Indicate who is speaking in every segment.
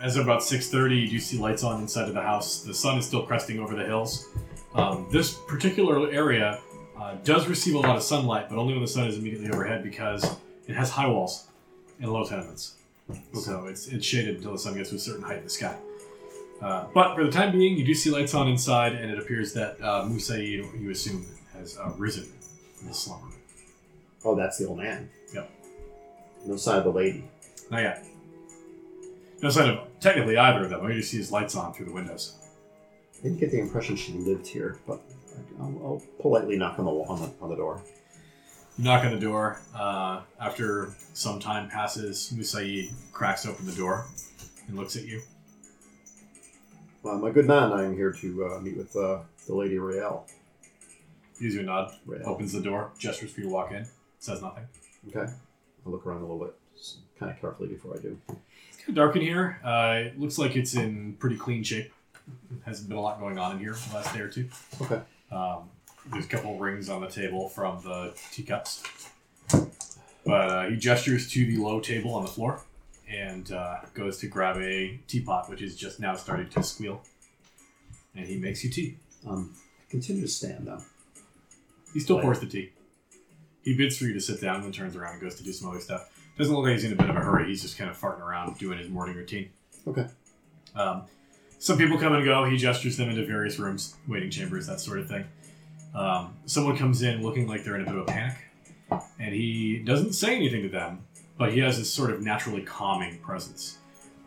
Speaker 1: as of about 6.30 you do see lights on inside of the house the sun is still cresting over the hills um, this particular area uh, does receive a lot of sunlight but only when the sun is immediately overhead because it has high walls and low tenements so it's, it's shaded until the sun gets to a certain height in the sky uh, but for the time being you do see lights on inside and it appears that uh, musaid you assume has uh, risen from his slumber
Speaker 2: Oh, that's the old man.
Speaker 1: Yep.
Speaker 2: No sign of the lady.
Speaker 1: not yet no sign of technically either of them all you see is lights on through the windows
Speaker 2: I didn't get the impression she lived here, but I'll, I'll politely knock on the wall, on the, on the door.
Speaker 1: You knock on the door. Uh, after some time passes, Musaid cracks open the door and looks at you.
Speaker 2: Well, Uh, my good man, I am here to uh, meet with uh, the lady Rael.
Speaker 1: Gives you a nod,
Speaker 2: Rael.
Speaker 1: opens the door, gestures for you to walk in, says nothing.
Speaker 2: Okay. I'll look around a little bit, kind of carefully before I do.
Speaker 1: It's kind of dark in here. Uh, it looks like it's in pretty clean shape. Hasn't been a lot going on in here the last day or two.
Speaker 2: Okay.
Speaker 1: Um, there's a couple rings on the table from the teacups. But uh, he gestures to the low table on the floor and uh, goes to grab a teapot, which is just now starting to squeal. And he makes you tea.
Speaker 2: Um, continue to stand though.
Speaker 1: He still pours the tea. He bids for you to sit down, then turns around and goes to do some other stuff. Doesn't look like he's in a bit of a hurry. He's just kind of farting around doing his morning routine.
Speaker 2: Okay.
Speaker 1: Um, some people come and go. He gestures them into various rooms, waiting chambers, that sort of thing. Um, someone comes in looking like they're in a bit of a panic, and he doesn't say anything to them, but he has this sort of naturally calming presence.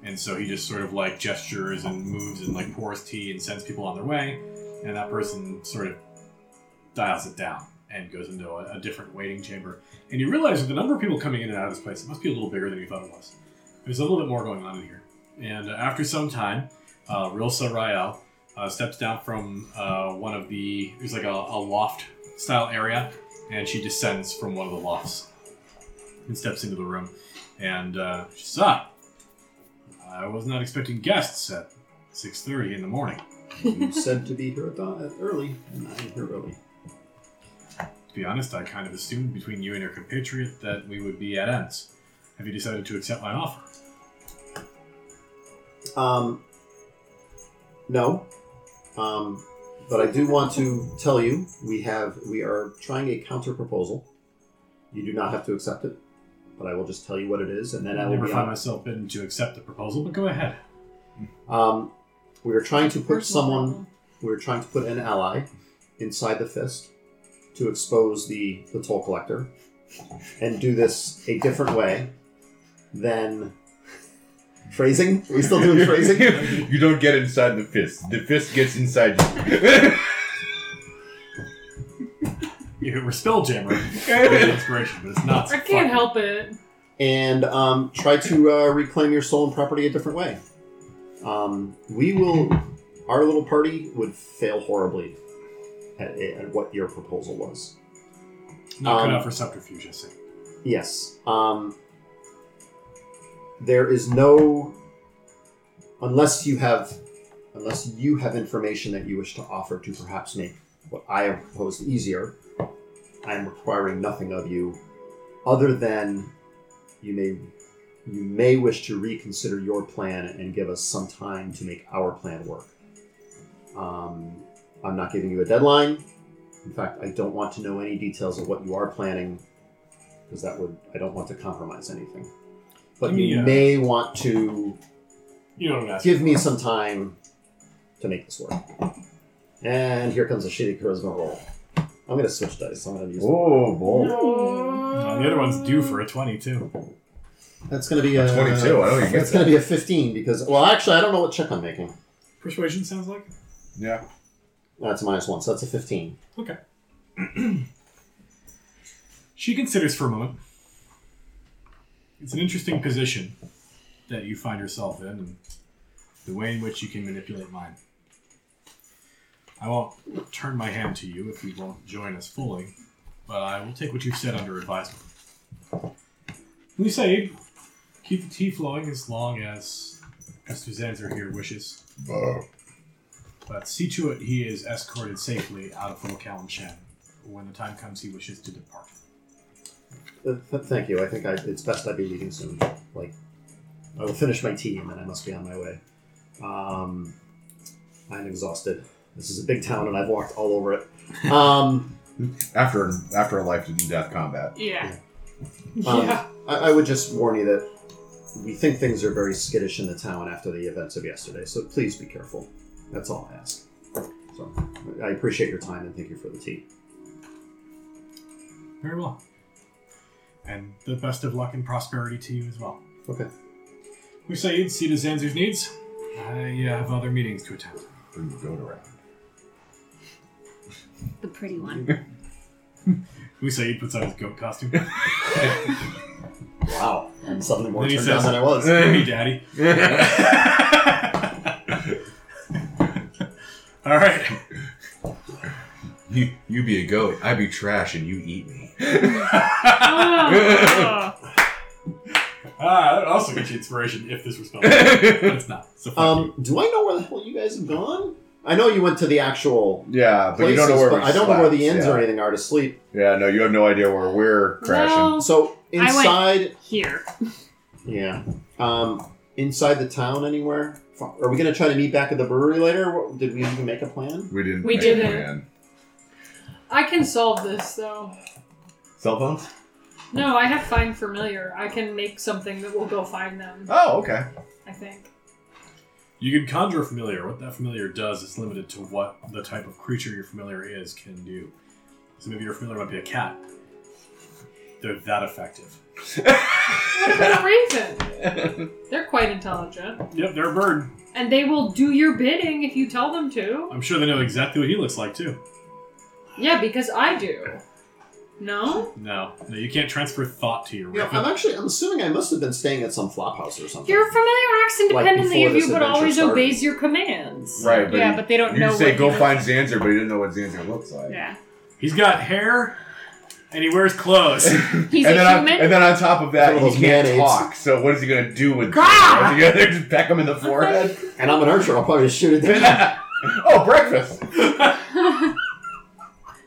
Speaker 1: And so he just sort of like gestures and moves and like pours tea and sends people on their way, and that person sort of dials it down and goes into a, a different waiting chamber. And you realize with the number of people coming in and out of this place, it must be a little bigger than you thought it was. There's a little bit more going on in here. And uh, after some time, uh, Rilsa Rael uh, steps down from uh, one of the, there's like a, a loft style area, and she descends from one of the lofts and steps into the room. And uh, she says, ah, I was not expecting guests at 6.30 in the morning.
Speaker 2: You said to be here at dawn, at early, and I'm here early.
Speaker 1: To be honest, I kind of assumed between you and your compatriot that we would be at ends. Have you decided to accept my offer?
Speaker 2: Um, no. Um, but I do want to tell you we have we are trying a counter proposal. You do not have to accept it, but I will just tell you what it is, and then I
Speaker 1: I
Speaker 2: will
Speaker 1: never
Speaker 2: be
Speaker 1: find
Speaker 2: on.
Speaker 1: myself bidden to accept the proposal, but go ahead.
Speaker 2: Um, we are trying to put
Speaker 3: Personal
Speaker 2: someone.
Speaker 3: problem.
Speaker 2: We are trying to put an ally inside the fist to expose the the toll collector, and do this a different way than phrasing. Are we still doing phrasing?
Speaker 4: you don't get inside the fist. The fist gets inside you.
Speaker 1: If it were Spelljammer, it would be inspiration, but it's not.
Speaker 3: I can't help it.
Speaker 2: and um, try to uh, reclaim your soul and property a different way. Um, we will, our little party would fail horribly at, at what your proposal was.
Speaker 1: Not
Speaker 2: Um,
Speaker 1: cut out for subterfuge, I see.
Speaker 2: Yes. Um, there is no, unless you have, unless you have information that you wish to offer to perhaps make what I have proposed easier. I am requiring nothing of you, other than you may, you may wish to reconsider your plan and give us some time to make our plan work. Um, I'm not giving you a deadline. In fact, I don't want to know any details of what you are planning because that would I don't want to compromise anything. But
Speaker 1: Give me
Speaker 2: you
Speaker 1: a-
Speaker 2: may want to
Speaker 1: You know what I'm asking.
Speaker 2: give me some time to make this work. And here comes a shitty charisma roll. I'm gonna switch dice. I'm gonna use.
Speaker 4: oh, boy.
Speaker 1: Uh, the other one's due for a 20, too.
Speaker 2: That's gonna be a
Speaker 4: 22, I don't even get
Speaker 2: That's gonna be a 15 because well, actually, I don't know what check I'm making.
Speaker 1: Persuasion sounds like?
Speaker 4: Yeah.
Speaker 2: That's minus one, so that's a 15.
Speaker 1: Okay. she considers for a moment. It's an interesting position that you find yourself in and the way in which you can manipulate mine. I won't turn my hand to you if you won't join us fully, but I will take what you've said under advisement. We say keep the tea flowing as long as Mr. Zanzer here wishes
Speaker 4: Uh,
Speaker 1: but see to it he is escorted safely out of Little Calum Shan. When the time comes, he wishes to depart.
Speaker 2: Uh, th- thank you. I think I, it's best I be leaving soon, like I will finish my tea and then I must be on my way. Um, I'm exhausted. This is a big town and I've walked all over it. Um,
Speaker 4: After after a life and death combat.
Speaker 3: Yeah.
Speaker 2: Um,
Speaker 3: yeah.
Speaker 2: I, I would just warn you that we think things are very skittish in the town after the events of yesterday, so please be careful. That's all I ask. So I appreciate your time and thank you for the tea.
Speaker 1: Very well. And the best of luck and prosperity to you as well.
Speaker 2: Okay.
Speaker 1: We say you'd see to Zanzu's needs. I uh, have other meetings to attend.
Speaker 4: Bring the goat around.
Speaker 5: The pretty one.
Speaker 1: We say he puts on his goat costume.
Speaker 2: Wow, I'm suddenly more
Speaker 1: Then he
Speaker 2: turned
Speaker 1: says-
Speaker 2: down than I was.
Speaker 1: hey, Daddy. All right.
Speaker 4: you you be a goat. I be trash, and you eat me.
Speaker 3: Oh, oh.
Speaker 1: Ah, that would also get you inspiration if this were spelled. right, but
Speaker 4: yeah,
Speaker 1: it's not. So fuck
Speaker 2: Um, do I know where the hell you guys have gone? I know you went to the actual
Speaker 4: but you
Speaker 2: places,
Speaker 4: don't know where.
Speaker 2: but
Speaker 4: we
Speaker 2: I don't know where the
Speaker 4: slept,
Speaker 2: inns
Speaker 4: yeah.
Speaker 2: or anything are to sleep.
Speaker 4: Yeah, no, you have no idea where we're crashing.
Speaker 3: Well,
Speaker 2: So
Speaker 3: I went-
Speaker 2: inside,
Speaker 3: here.
Speaker 2: yeah, um, inside the town anywhere. Fu- Are we gonna try to meet back at the brewery later? What- Did we even make a plan?
Speaker 4: we didn't.
Speaker 3: We
Speaker 4: make a
Speaker 3: didn't.
Speaker 4: plan.
Speaker 3: I can solve this though.
Speaker 4: Cell phones.
Speaker 3: No, I have find familiar. I can make something that will go find them.
Speaker 4: Oh, okay.
Speaker 3: I think.
Speaker 1: You can conjure familiar. What that familiar does is limited to what the type of creature your familiar is can do. So maybe your familiar might be a cat. They're that effective.
Speaker 3: What about Raven? They're quite intelligent,
Speaker 1: Yep, they're a bird.
Speaker 3: and they will do your bidding if you tell them to.
Speaker 1: I'm sure they know exactly what he looks like too.
Speaker 3: Yeah, because I do. No,
Speaker 1: No, no, you can't transfer thought to your
Speaker 2: Yeah,
Speaker 1: raven.
Speaker 2: I'm actually. I'm assuming I must have been staying at some flop house or something.
Speaker 3: your familiar acts independently
Speaker 2: before
Speaker 3: of you,
Speaker 2: this
Speaker 3: but
Speaker 2: adventure
Speaker 3: always
Speaker 2: started.
Speaker 3: obeys your commands.
Speaker 4: Right, but
Speaker 3: yeah,
Speaker 4: you-
Speaker 3: but they don't
Speaker 4: You
Speaker 3: know.
Speaker 4: say
Speaker 3: what
Speaker 4: go
Speaker 3: he
Speaker 4: find Zanzer, but he didn't know what Zanzer looks like.
Speaker 3: looks- Yeah,
Speaker 1: He's got hair, and he wears clothes.
Speaker 3: he's
Speaker 4: and
Speaker 3: a
Speaker 4: then
Speaker 3: human.
Speaker 4: On, and then on top of that,
Speaker 2: One of
Speaker 4: he
Speaker 2: those
Speaker 4: can't
Speaker 2: mayonnaise.
Speaker 4: talk. So what is he gonna do with?
Speaker 3: Grah!
Speaker 4: Is he gonna just peck him in the forehead?
Speaker 2: and I'm an archer. I'll probably just shoot it down.
Speaker 4: oh, breakfast!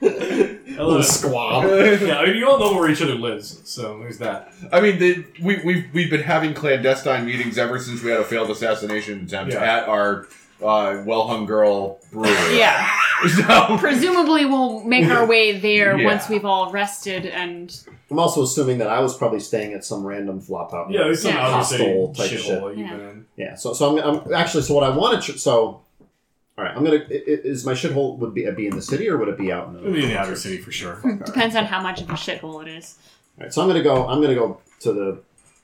Speaker 1: I love
Speaker 2: Little
Speaker 1: it.
Speaker 2: squab.
Speaker 4: I
Speaker 1: Yeah, I mean, you all know where each other lives, so there's that.
Speaker 4: mean, the, we we've, we've been having clandestine meetings ever since we had a failed assassination attempt
Speaker 1: Yeah.
Speaker 4: at our uh, well hung girl brewery.
Speaker 5: yeah.
Speaker 4: So
Speaker 5: Presumably, we'll make our way there
Speaker 4: Yeah.
Speaker 5: once we've all rested and
Speaker 2: I'm also assuming that I was probably staying at some random flop house.
Speaker 1: Yeah, there's some
Speaker 5: Yeah.
Speaker 1: outer city
Speaker 2: Hostile type shit.
Speaker 1: shithole you've
Speaker 5: Yeah.
Speaker 1: been in.
Speaker 2: Yeah. So, so I'm, I'm actually. So what I want to. Tr- so, all right. I'm gonna. i- i- Is my shithole would be be in the city or would it be out in the?
Speaker 1: It'll be in the outer city for sure. Uh,
Speaker 5: depends on how much of a shithole it is.
Speaker 2: All right. So I'm gonna go. I'm gonna go to the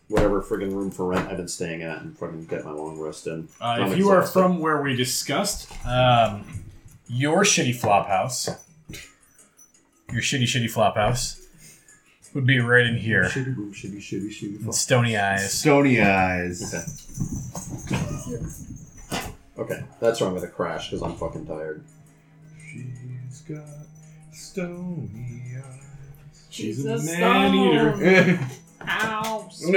Speaker 2: whatever friggin' room for rent I've been staying at and friggin' get my long rest in.
Speaker 1: Uh,
Speaker 2: I'm
Speaker 1: if you are
Speaker 2: exhausted.
Speaker 1: from where we discussed um, your shitty flop house, your shitty shitty flop house would be right in here
Speaker 2: Shitty room, shitty, shitty, shitty.
Speaker 1: in
Speaker 2: fuck.
Speaker 1: Stony Eyes.
Speaker 4: stony eyes.
Speaker 2: Okay, that's where I'm gonna crash because I'm fucking tired.
Speaker 4: She's got stony eyes.
Speaker 1: She's a
Speaker 3: Jesus,
Speaker 1: man
Speaker 3: no.
Speaker 1: eater.
Speaker 3: House.
Speaker 1: All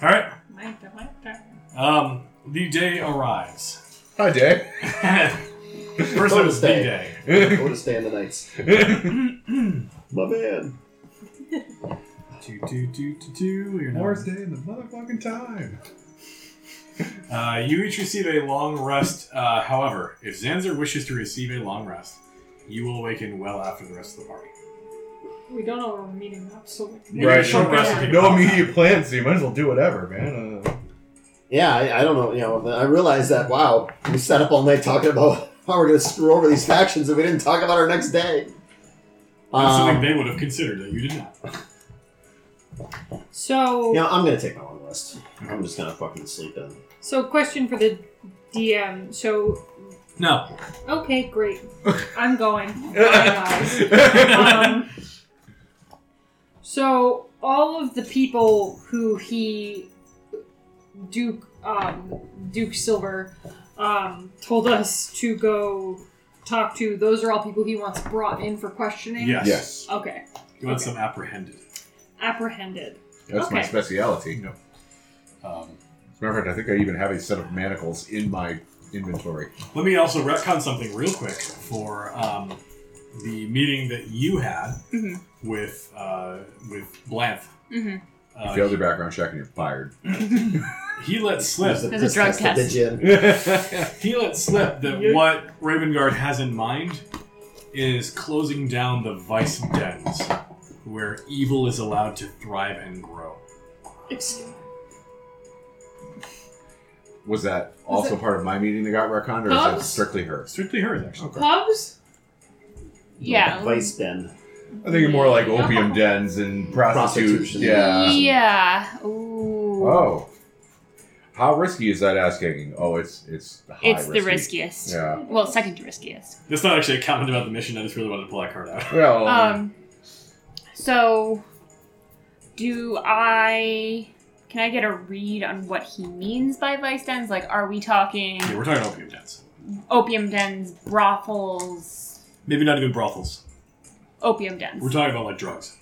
Speaker 1: right. Um, the day arrives.
Speaker 4: Hi, Jay.
Speaker 1: First
Speaker 2: Bonus
Speaker 1: it was the
Speaker 2: day.
Speaker 1: day.
Speaker 2: I want to stay in the nights. My man.
Speaker 1: Two two two two two. You're not-
Speaker 4: Worst day in the motherfucking time.
Speaker 1: Uh, you each receive a long rest. Uh, however, if Zanzer wishes to receive a long rest, you will awaken well after the rest of the party.
Speaker 3: We don't know where we're meeting up, so we
Speaker 1: You get a
Speaker 4: Right.
Speaker 1: short rest if you
Speaker 4: No
Speaker 1: want.
Speaker 4: immediate plans, so you might as well do whatever, man. Uh,
Speaker 2: Yeah, I, I don't know. You know, I realized that. Wow, we sat up all night talking about how we're gonna screw over these factions, and we didn't talk about our next day.
Speaker 1: That's something
Speaker 2: Um,
Speaker 1: they would have considered that you did not.
Speaker 3: So,
Speaker 2: You know, I'm gonna take my long rest. I'm just gonna fucking sleep in.
Speaker 3: so question for the DM. So,
Speaker 1: No.
Speaker 3: okay, great. I'm going.
Speaker 4: Uh,
Speaker 3: Bye, guys. um, so, all of the people who he, Duke, um, Duke Silver, um, told us to go talk to, those are all people he wants brought in for questioning?
Speaker 1: Yes.
Speaker 4: yes,
Speaker 3: Okay.
Speaker 1: You want
Speaker 3: Okay.
Speaker 1: some apprehended.
Speaker 3: Apprehended.
Speaker 4: that's my
Speaker 3: Okay.
Speaker 4: speciality.
Speaker 1: Um,
Speaker 4: As a matter of fact, I think I even have a set of manacles in my inventory.
Speaker 1: let me also retcon something real quick for um, the meeting that you had
Speaker 5: Mhm.
Speaker 1: with uh, with Blanth.
Speaker 5: Mm-hmm.
Speaker 1: Uh, Uh,
Speaker 4: Failed your background check and you're fired.
Speaker 1: he let slip.
Speaker 2: There's
Speaker 5: There's a drug
Speaker 2: test at
Speaker 5: test.
Speaker 2: the gym.
Speaker 1: He let slip that
Speaker 3: Yeah.
Speaker 1: what Raven Guard has in mind is closing down the vice dens where evil is allowed to thrive and grow.
Speaker 3: Excuse-
Speaker 4: Was that
Speaker 3: Was
Speaker 4: also part of my meeting that got retconned, or is that
Speaker 3: Pubs?
Speaker 4: strictly hers?
Speaker 1: Strictly hers, actually.
Speaker 3: Pubs?
Speaker 5: Yeah.
Speaker 2: Vice den.
Speaker 4: I think more like opium dens and prostitution.
Speaker 2: Prostitution.
Speaker 4: Yeah.
Speaker 5: Yeah. Ooh.
Speaker 4: Um, Oh. How risky is that asking? Oh, it's it's high
Speaker 5: it's the
Speaker 4: risky.
Speaker 5: riskiest.
Speaker 4: Yeah.
Speaker 5: Well, second to riskiest.
Speaker 1: That's not actually a comment about the mission. I just really wanted to pull that card out.
Speaker 4: Well,
Speaker 5: Um. So, do I? Can I get a read on what he means by vice dens? Like, are we talking
Speaker 1: Yeah, we're talking opium dens.
Speaker 5: opium dens, brothels,
Speaker 1: Maybe not even brothels.
Speaker 5: opium
Speaker 1: We're
Speaker 5: dens?
Speaker 1: talking about like drugs.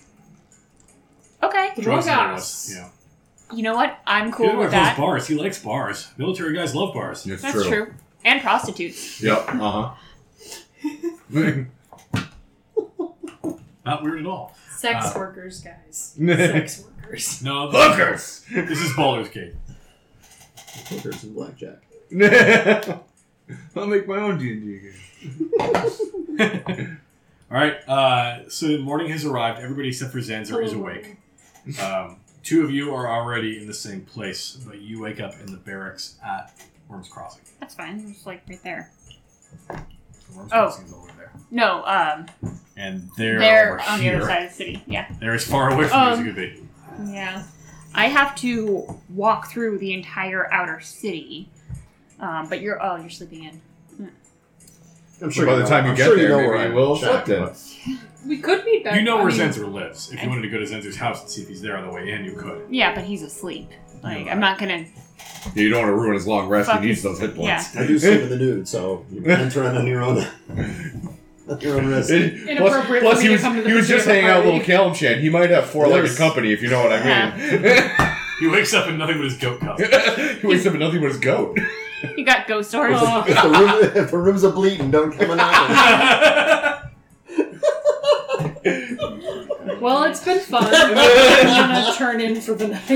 Speaker 5: Okay.
Speaker 3: The
Speaker 1: Drugs
Speaker 3: drug
Speaker 1: and
Speaker 3: house.
Speaker 1: drugs. Yeah.
Speaker 5: You know what? I'm
Speaker 1: He
Speaker 5: cool with that.
Speaker 1: bars. He likes bars. Military guys love bars.
Speaker 4: it's
Speaker 5: That's true. And prostitutes.
Speaker 4: Yep. Uh huh.
Speaker 1: Not weird at all.
Speaker 3: Sex
Speaker 1: Uh.
Speaker 3: workers, guys. Sex workers.
Speaker 1: No, this-
Speaker 4: Hookers.
Speaker 1: This is Baldur's Gate.
Speaker 2: Hookers and blackjack.
Speaker 4: I'll make my own D and D game.
Speaker 1: All right. Uh, so the morning has arrived. Everybody except for Zanzer
Speaker 5: Oh.
Speaker 1: is awake. Um, two of you are already in the same place, but you wake up in the barracks at Worms Crossing.
Speaker 5: That's fine. It's like right there.
Speaker 1: Worms
Speaker 5: Oh.
Speaker 1: Crossing is over there,
Speaker 5: No. Um.
Speaker 1: and they're,
Speaker 5: They're
Speaker 1: over
Speaker 5: on the
Speaker 1: here.
Speaker 5: other side of the city. Yeah.
Speaker 1: They're as far away from you as you
Speaker 5: Um,
Speaker 1: could be.
Speaker 5: Yeah. I have to walk through the entire outer city. Um, but you're oh, you're sleeping in.
Speaker 2: I'm
Speaker 4: by the
Speaker 2: know-
Speaker 4: time you
Speaker 2: I'm
Speaker 4: get
Speaker 2: sure
Speaker 4: there,
Speaker 2: you know
Speaker 4: maybe
Speaker 2: where I
Speaker 4: you will
Speaker 2: checked,
Speaker 4: have slept
Speaker 2: but-
Speaker 3: We could be back.
Speaker 1: You know where
Speaker 3: I mean,
Speaker 1: Zanzer lives. If you wanted to go to Zanzer's house and see if he's there on the way in, you could.
Speaker 5: Yeah, but he's asleep. Like
Speaker 1: Yeah.
Speaker 5: I'm not gonna.
Speaker 4: Yeah, you don't want to ruin his long rest.
Speaker 5: Fuck.
Speaker 4: He needs those hit points.
Speaker 2: I do sleep in the nude, so you can enter in on your own. at your own risk.
Speaker 4: It-
Speaker 3: Inappropriate for me
Speaker 4: plus, plus he
Speaker 3: to
Speaker 4: was,
Speaker 3: come to the
Speaker 4: he was just
Speaker 3: Pacific
Speaker 4: hanging out with
Speaker 3: party.
Speaker 4: little Calum Shan. He might have four-legged
Speaker 2: Yes.
Speaker 4: company, if you know what I mean.
Speaker 1: He wakes up and nothing but his goat cup.
Speaker 4: he wakes up and nothing but his goat.
Speaker 5: You got ghost horse.
Speaker 3: Oh.
Speaker 2: if, the room, if the room's a bleeding, don't come a knocking.
Speaker 3: Well, it's been fun. I'm gonna turn in for the night.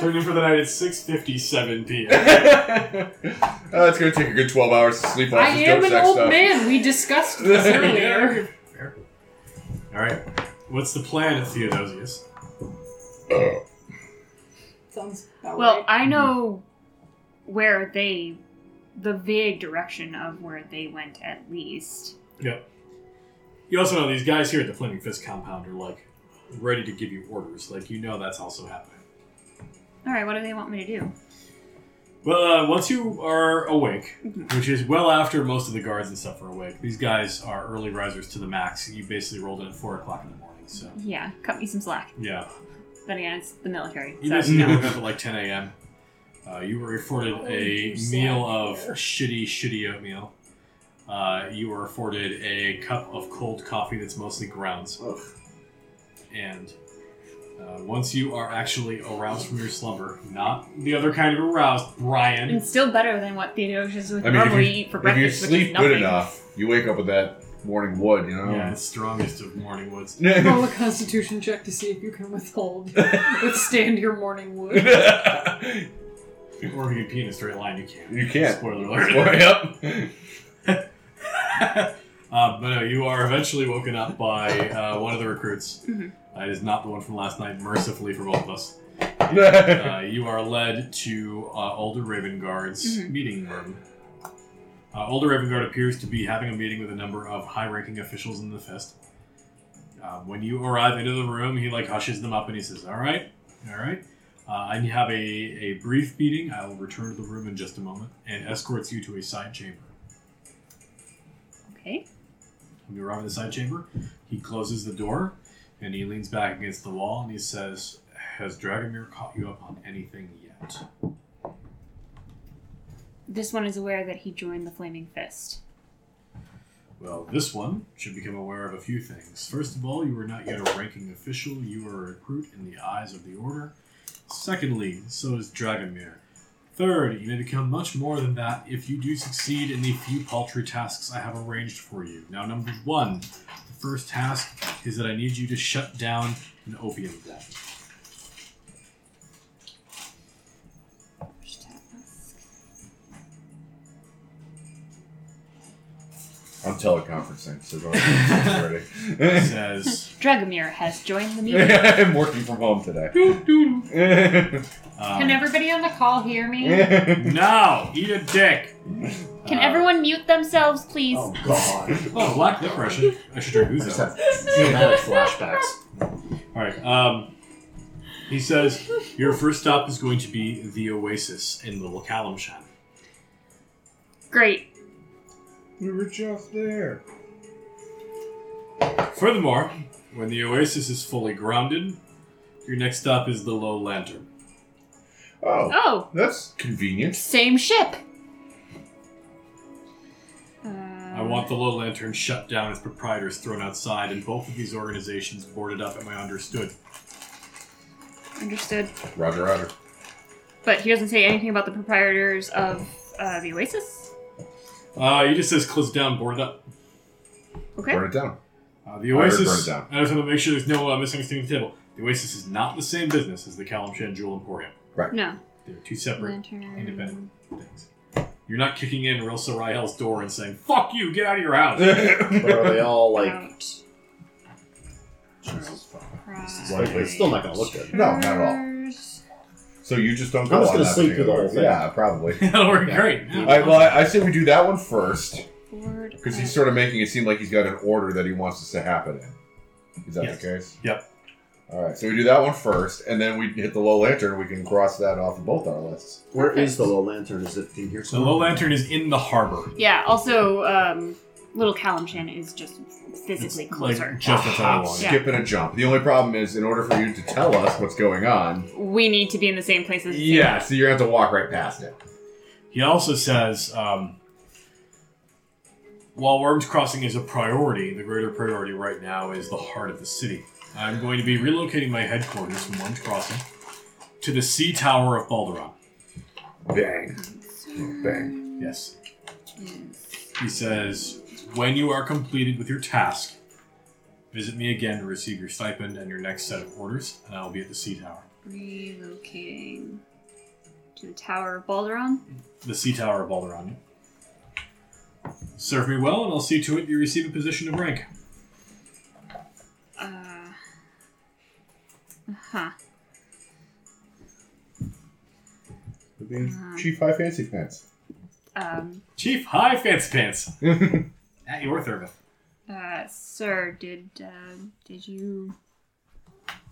Speaker 1: Turned in for the night at 6:57 p.m.
Speaker 4: uh, it's gonna take a good twelve hours to sleep off
Speaker 3: I
Speaker 4: this
Speaker 3: am
Speaker 4: dope
Speaker 3: an
Speaker 4: sex
Speaker 3: old
Speaker 4: stuff.
Speaker 3: man. We discussed this earlier.
Speaker 1: Fair. All right. What's the plan, Theodosius?
Speaker 3: Sounds about
Speaker 5: Well,
Speaker 3: right.
Speaker 5: I know where they, the vague direction of where they went at least.
Speaker 1: You also know these guys here at the Flaming Fist compound are like ready to give you orders. Like you know that's also happening.
Speaker 5: All right, what do they want me to do?
Speaker 1: Well, uh, once you are awake, which is well after most of the guards and stuff are awake, these guys are early risers to the max. You basically rolled in at four o'clock in the morning, so
Speaker 5: Yeah, cut me some slack.
Speaker 1: yeah,
Speaker 5: Then again, it's the military.
Speaker 1: you
Speaker 5: so-
Speaker 1: basically woke up at like 10 a.m. Uh, you were afforded
Speaker 3: Oh,
Speaker 1: a
Speaker 3: you sad
Speaker 1: meal of
Speaker 3: bear.
Speaker 1: shitty, shitty oatmeal. Uh, you were afforded a cup of cold coffee that's mostly grounds.
Speaker 2: Ugh.
Speaker 1: and uh, once you are actually aroused from your slumber, not the other kind of aroused, Brian.
Speaker 5: It's still better than what Theodosius would
Speaker 4: I mean, if
Speaker 5: normally
Speaker 4: you-
Speaker 5: eat for
Speaker 4: If you
Speaker 5: breakfast. which
Speaker 4: sleep
Speaker 5: is nothing.
Speaker 4: good enough, you wake up with that morning wood. You know.
Speaker 1: Yeah, it's strongest of morning woods.
Speaker 3: Roll a constitution check to see if you can withhold, withstand your morning wood.
Speaker 1: Or if you can pee in a straight line, you can't.
Speaker 4: You can't.
Speaker 1: Spoiler alert.
Speaker 4: yep.
Speaker 1: uh, but no, you are eventually woken up by uh, one of the recruits.
Speaker 3: Mm-hmm.
Speaker 5: Mhm.
Speaker 1: Uh, it is not the one from last night, mercifully for both of us.
Speaker 4: yeah.
Speaker 1: Uh, you are led to uh, Older Raven Guard's
Speaker 5: Mhm.
Speaker 1: meeting room. Uh, Older Raven Guard appears to be having a meeting with a number of high-ranking officials in the Fist. Uh, when you arrive into the room, he like hushes them up and he says, "All right, all right." Uh, and you have a, a brief meeting. I will return to the room in just a moment and escorts you to a side chamber.
Speaker 5: Okay.
Speaker 1: When you arrive in the side chamber, he closes the door and he leans back against the wall and he says, "Has Dragomir caught you up on anything yet?"
Speaker 5: This one is aware that he joined the Flaming Fist.
Speaker 1: Well, this one should become aware of a few things. First of all, you are not yet a ranking official, you are a recruit in the eyes of the Order. Secondly, so is Dragomir. Third, you may become much more than that if you do succeed in the few paltry tasks I have arranged for you. Now, number one, the first task is that I need you to shut down an opium den.
Speaker 4: I'm teleconferencing, so don't get ready.
Speaker 1: Says,
Speaker 5: Dragomir has joined the meeting.
Speaker 4: I'm working from home today.
Speaker 1: um,
Speaker 3: Can everybody on the call hear me?
Speaker 1: no, eat a dick.
Speaker 5: Can
Speaker 1: Uh,
Speaker 5: everyone mute themselves, please?
Speaker 2: Oh God!
Speaker 1: Oh, black depression. I should drink
Speaker 2: I just
Speaker 1: ouzo.
Speaker 2: have dramatic flashbacks.
Speaker 1: All right. Um, he says your first stop is going to be the Oasis in Little Calamshan.
Speaker 5: Great.
Speaker 4: we were just there.
Speaker 1: Furthermore, when the Oasis is fully grounded, your next stop is the Low Lantern.
Speaker 4: Oh,
Speaker 5: Oh,
Speaker 4: that's convenient.
Speaker 5: same ship. Uh,
Speaker 1: I want the Low Lantern shut down, its proprietors thrown outside, and both of these organizations boarded up. Am I understood?
Speaker 5: Understood.
Speaker 4: Roger, Roger.
Speaker 5: But he doesn't say anything about the proprietors of uh, the Oasis.
Speaker 1: Uh, he just says closed down, boarded up.
Speaker 5: Okay.
Speaker 4: Burn it down.
Speaker 1: Uh, the
Speaker 4: I already
Speaker 1: Oasis.
Speaker 4: burned it down.
Speaker 1: I just want to make sure there's no uh, misunderstanding at the table. The Oasis is not the same business as the Calamshan Jewel Emporium.
Speaker 5: No.
Speaker 1: They're two separate
Speaker 5: Lantern.
Speaker 1: Independent. things. You're not kicking in Real Sarahel's door and saying, fuck you, get out of your house.
Speaker 2: But are they all like?
Speaker 5: Out.
Speaker 2: Jesus fuck.
Speaker 5: Prize.
Speaker 4: Like, it's
Speaker 2: still not gonna look good.
Speaker 4: No, not at all. so you just don't go
Speaker 2: I'm just
Speaker 4: on
Speaker 2: gonna
Speaker 4: that
Speaker 2: sleep through the
Speaker 4: particular-
Speaker 2: whole thing.
Speaker 4: Yeah, probably.
Speaker 1: That'll work
Speaker 2: Yeah.
Speaker 1: great.
Speaker 4: All right, well, I, I say we do that one first
Speaker 5: Board
Speaker 4: because he's
Speaker 5: of-
Speaker 4: sort of making it seem like he's got an order that he wants this to happen in. Is that
Speaker 1: Yes.
Speaker 4: the case?
Speaker 1: Yep.
Speaker 4: All right, so we do that one first, and then we hit the low lantern. We can cross that off of both our lists.
Speaker 2: Where is the low lantern? Is it in here
Speaker 1: The
Speaker 2: somewhere?
Speaker 1: Low Lantern is in the harbor.
Speaker 5: Yeah. Also, um, Little Calamshan is just
Speaker 1: It's
Speaker 5: physically
Speaker 1: like
Speaker 5: closer.
Speaker 1: just a
Speaker 4: Hop,
Speaker 1: tunnel along.
Speaker 5: Yeah.
Speaker 4: skip, and a jump. The only problem is, in order for you to tell us what's going on,
Speaker 5: we need to be in the same place as. the same
Speaker 4: yeah, so you're gonna have to walk right past it.
Speaker 1: He also says, um, while Worms Crossing is a priority, the greater priority right now is the heart of the city. I'm going to be relocating my headquarters from Worms Crossing to the Sea Tower of Balderon.
Speaker 4: Bang, bang.
Speaker 1: Yes. He says, When you are completed with your task, visit me again to receive your stipend and your next set of orders, and I will be at the Sea Tower.
Speaker 5: Relocating to the Tower of Balderon.
Speaker 1: The Sea Tower of Alderaan. Serve me well, and I'll see to it you receive a position of rank.
Speaker 5: Uh huh.
Speaker 4: Chief High Fancy Pants.
Speaker 5: Um,
Speaker 1: Chief High Fancy Pants! at your service.
Speaker 5: uh, sir, did uh, did you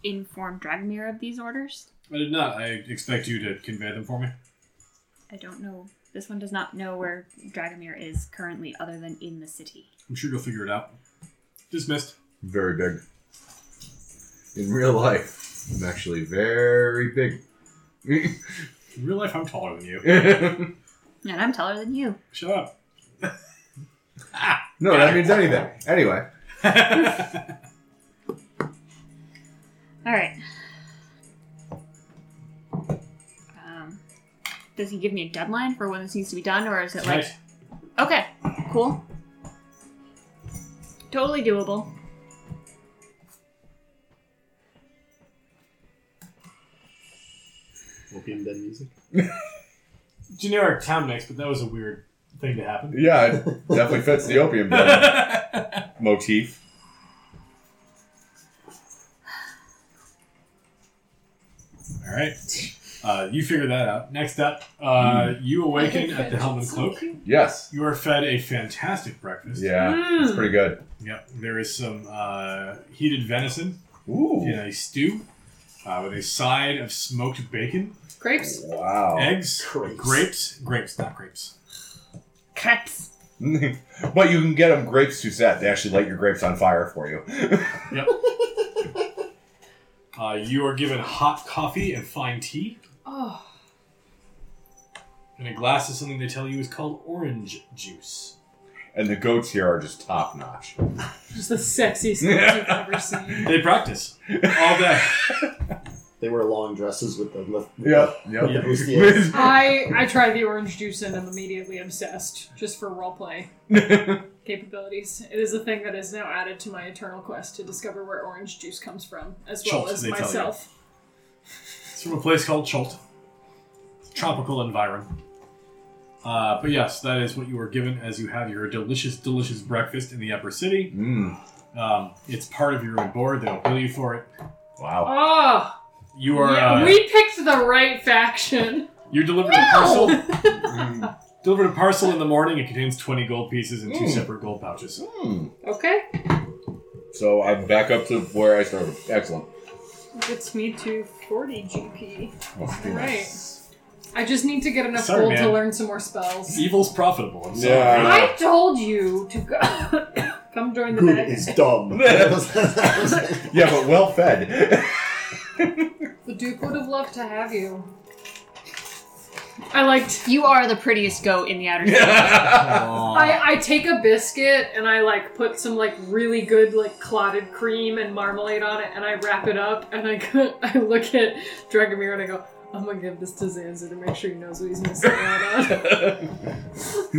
Speaker 5: inform Dragomir of these orders?
Speaker 1: I did not. I expect you to convey them for me.
Speaker 5: I don't know. This one does not know where Dragomir is currently, other than in the city.
Speaker 1: I'm sure you'll figure it out. Dismissed.
Speaker 4: Very big. In real life, I'm actually very big.
Speaker 1: In real life, I'm taller than you.
Speaker 4: no,
Speaker 5: And I'm taller than you.
Speaker 1: Shut up.
Speaker 4: that means anything. Anyway,
Speaker 5: All right. Um, does he give me a deadline for when this needs to be done, or is it like
Speaker 1: Nice.
Speaker 5: Okay, cool. Totally doable.
Speaker 2: Opium den music.
Speaker 1: Generic town mix, but that was a weird thing to happen.
Speaker 4: yeah, it definitely fits the opium den motif.
Speaker 1: All right. Uh, you figure that out. Next up, uh, you awaken at the Helm and Cloak.
Speaker 3: Mm,
Speaker 4: Yes.
Speaker 1: You are fed a fantastic breakfast.
Speaker 4: Yeah, it's pretty good.
Speaker 1: Yep. There is some uh, heated venison
Speaker 4: Ooh.
Speaker 1: in a stew uh, with a side of smoked bacon,
Speaker 3: Grapes?
Speaker 4: Wow.
Speaker 1: eggs,
Speaker 2: Grapes.
Speaker 1: grapes, grapes, not grapes.
Speaker 5: Crepes.
Speaker 4: but you can get them grapes Suzette. They actually light your grapes on fire for you.
Speaker 1: Uh, you are given hot coffee and fine tea,
Speaker 3: Oh,
Speaker 1: and a glass of something they tell you is called orange juice.
Speaker 4: And the goats here are just top notch.
Speaker 3: just the sexiest thing I've ever seen.
Speaker 1: They practice all day.
Speaker 2: They wear long dresses with the lift.
Speaker 4: Yeah. Yep.
Speaker 1: Yeah.
Speaker 2: bustiers.
Speaker 3: I I tried the orange juice and I'm immediately obsessed just for roleplay capabilities. It is a thing that is now added to my eternal quest to discover where orange juice comes from, as well
Speaker 1: Chult,
Speaker 3: as
Speaker 1: they tell you.
Speaker 3: myself.
Speaker 1: It's from a place called Chult. It's a tropical environ. Uh, but yes, that is what you are given as you have your delicious, delicious breakfast in the upper city.
Speaker 4: Mm.
Speaker 1: Um, it's part of your own board. They'll bill you for it.
Speaker 4: Wow.
Speaker 3: Oh,
Speaker 1: You are
Speaker 3: yeah,
Speaker 1: uh,
Speaker 3: we picked the right faction.
Speaker 1: you're delivered a parcel. Delivered a parcel in the morning. It contains 20 gold pieces and two
Speaker 4: Mm.
Speaker 1: separate gold pouches.
Speaker 4: Mm.
Speaker 3: Okay,
Speaker 4: So I'm back up to where I started. Excellent.
Speaker 3: gets me to 40 GP.
Speaker 4: Oh,
Speaker 3: All right. I just need to get enough
Speaker 1: Sorry,
Speaker 3: gold to
Speaker 1: man.
Speaker 3: learn some more spells.
Speaker 1: Evil's profitable. I'm sorry.
Speaker 4: Yeah.
Speaker 3: I told you to go. come join the
Speaker 2: Good
Speaker 3: bag.
Speaker 2: is dumb.
Speaker 4: Yeah, but well fed.
Speaker 3: The Duke would have loved to have you. I liked.
Speaker 5: You are the prettiest goat in the outer space.
Speaker 4: yeah.
Speaker 1: Aw.
Speaker 3: I, I take a biscuit and I like put some like really good like clotted cream and marmalade on it and I wrap it up and I go, I look at Dragomir and I go, I'm gonna give this to Zanzu to make sure he knows what he's missing out on.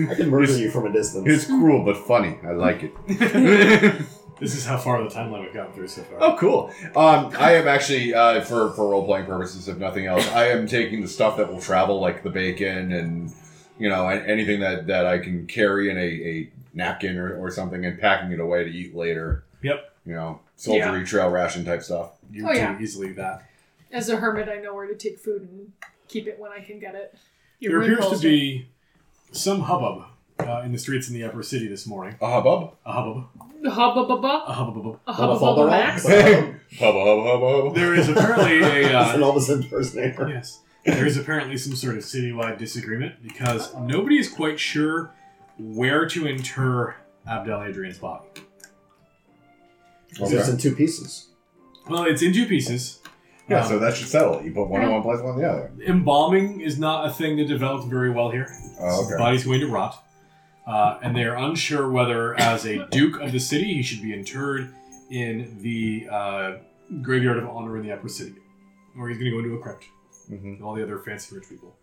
Speaker 2: I can murder you from a distance.
Speaker 4: It's cruel but funny. I like it.
Speaker 1: This is how far the timeline we've gotten through so far.
Speaker 4: oh, cool. Um, I am actually uh, for for role playing purposes, if nothing else, I am taking the stuff that will travel, like the bacon and you know an- anything that that I can carry in a, a napkin or, or something, and packing it away to eat later.
Speaker 1: Yep.
Speaker 4: You know, soldiery trail ration type stuff.
Speaker 1: You
Speaker 3: Oh,
Speaker 1: do
Speaker 3: yeah.
Speaker 1: easily that.
Speaker 3: As a hermit, I know where to take food and keep it when I can get it.
Speaker 1: there appears to be some hubbub uh, in the streets in the upper city this morning.
Speaker 4: A hubbub.
Speaker 1: A hubbub.
Speaker 3: Hubba bubba,
Speaker 1: A hubbub.
Speaker 3: a
Speaker 2: Hubba
Speaker 3: hubba bubba
Speaker 2: fubba
Speaker 3: max.
Speaker 2: rock?
Speaker 4: hubba hubba hubba. hubba.
Speaker 1: There is apparently a.
Speaker 2: It's an
Speaker 1: Uh,
Speaker 2: Elvis impersonator.
Speaker 1: yes. There is apparently some sort of citywide disagreement because nobody is quite sure where to inter Abdel Adrian's body.
Speaker 2: It's
Speaker 4: Okay.
Speaker 2: in two pieces.
Speaker 1: Well, it's in two pieces.
Speaker 4: Yeah,
Speaker 1: Um,
Speaker 4: so that should settle. it. You put one in one place, one in the other.
Speaker 1: embalming is not a thing that developed very well here.
Speaker 4: Oh,
Speaker 1: The
Speaker 4: okay.
Speaker 1: body's going to rot. Uh, and they are unsure whether, as a duke of the city, he should be interred in the uh, graveyard of honor in the upper city, or he's going to go into a crypt
Speaker 4: Mm-hmm.
Speaker 1: with all the other fancy rich people